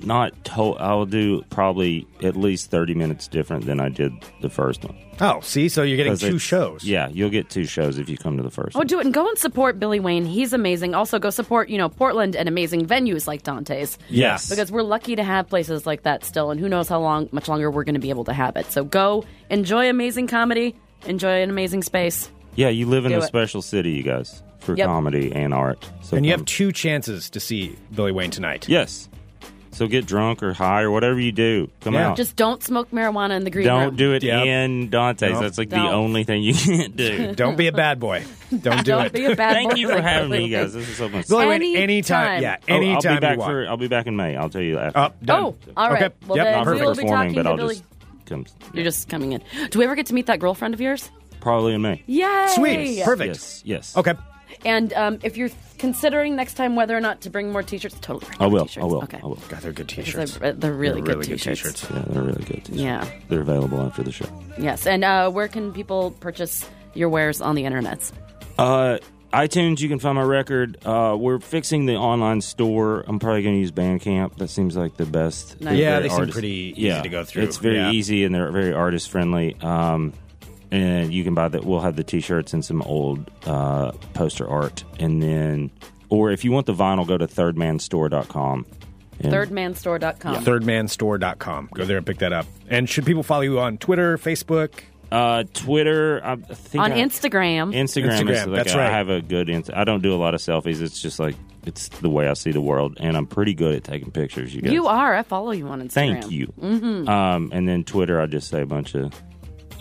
S3: not. To- I'll do probably at least thirty minutes different than I did the first one.
S6: oh, see, so you're getting
S3: 'Cause
S6: two
S3: it's-
S6: shows.
S3: Yeah, you'll get two shows if you come to the first.
S7: Oh,
S3: one.
S7: do it and go and support Billy Wayne. He's amazing. Also, go support you know Portland and amazing venues like Dante's.
S6: Yes.
S7: because we're lucky to have places like that still, and who knows how long, much longer we're going to be able to have it. So go enjoy amazing comedy, enjoy an amazing space.
S3: Yeah, you live in a
S7: Do it.
S3: special city, you guys, for
S7: Yep.
S3: comedy and art. So
S6: And you
S3: come.
S6: have two chances to see Billy Wayne tonight.
S3: yes. So get drunk or high or whatever you do. Come
S6: Yeah.
S3: out.
S7: Just don't smoke marijuana in the green
S3: don't
S7: room.
S3: do it
S6: Yep.
S3: in Dante's.
S6: Nope.
S3: That's like the
S7: Don't.
S3: only thing you can't do.
S6: Don't be a bad boy. Don't do
S7: not
S6: it.
S7: be a bad
S3: Thank
S7: boy
S3: you for
S7: like
S3: having me,
S7: Billy
S3: you guys.
S7: Wayne.
S3: This is so much.
S6: Billy Wayne,
S7: Anytime.
S6: anytime. Yeah,
S3: Oh,
S6: anytime
S3: I'll be back
S6: you want.
S3: for. I'll be back in May. I'll tell you after.
S6: oh, done.
S7: Oh, all right.
S6: Okay.
S7: Well,
S6: Yep,
S7: then
S3: Not
S7: we
S3: for
S7: will be
S3: performing,
S7: talking
S3: but
S7: to
S3: I'll
S7: Billy.
S3: just come.
S7: You're just coming in. Do we ever get to meet that girlfriend of yours?
S3: Probably in May.
S7: Yay!
S6: Sweet. Perfect.
S3: Yes. Yes.
S6: Okay.
S7: And um, if you're considering next time whether or not to bring more t-shirts, totally. Bring
S3: I
S7: more
S3: will.
S7: T-shirts.
S3: I will.
S7: Okay.
S3: I will.
S6: God, they're good t
S7: They're, uh,
S6: shirts.
S7: they're really,
S6: really
S7: good, t-shirts.
S3: Yeah, they're really good. t-shirts.
S7: Yeah.
S3: They're available after the show.
S7: Yes. And uh, where can people purchase your wares on the internet?
S3: Uh, iTunes, you can find my record. Uh, we're fixing the online store. I'm probably going to use Bandcamp. That seems like the best.
S7: Nice.
S3: They're
S7: Yeah,
S3: very
S6: they seem pretty easy
S3: yeah,
S6: to go through.
S3: It's very
S6: Yeah.
S3: easy and they're very artist friendly. Um, and you can buy that. We'll have the T-shirts and some old uh, poster art, and then, or if you want the vinyl, go to thirdmanstore.com. And
S7: Thirdmanstore.com.
S6: Thirdmanstore.com. Go there and pick that up. And should people follow you on Twitter, Facebook?
S3: Uh, Twitter, I think
S7: on
S3: I-
S7: Instagram.
S3: Instagram,
S6: Instagram,
S3: is like
S6: that's
S3: I
S6: right.
S3: have a good. Inst- I don't do a lot of selfies. It's just like it's the way I see the world, and I'm pretty good at taking pictures. You guys,
S7: You are. I follow you on Instagram. Mm-hmm.
S3: Thank you. Um, and then Twitter, I just say a bunch of.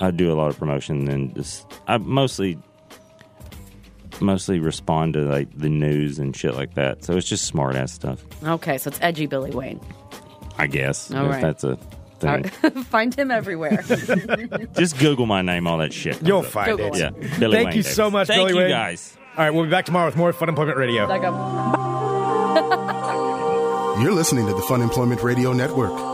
S3: I do a lot of promotion, and just I mostly mostly respond to like the news and shit like that. So it's just smart ass stuff,
S7: Okay, so it's edgy Billy Wayne.
S3: I guess.
S7: All
S3: if
S7: right.
S3: that's a thing.
S7: All right. Find him everywhere.
S3: Just Google my name, all that shit. comes
S6: You'll
S3: up.
S6: find
S7: Google
S6: it.
S3: Yeah,
S7: it.
S3: Billy
S6: Thank
S3: Wayne
S6: you
S3: Davis.
S6: so much,
S3: Thank
S6: Billy
S3: you
S6: Wayne.
S3: guys.
S6: All right, we'll be back tomorrow with more Fun Employment Radio.
S7: Like a-
S1: You're listening to the Fun Employment Radio Network.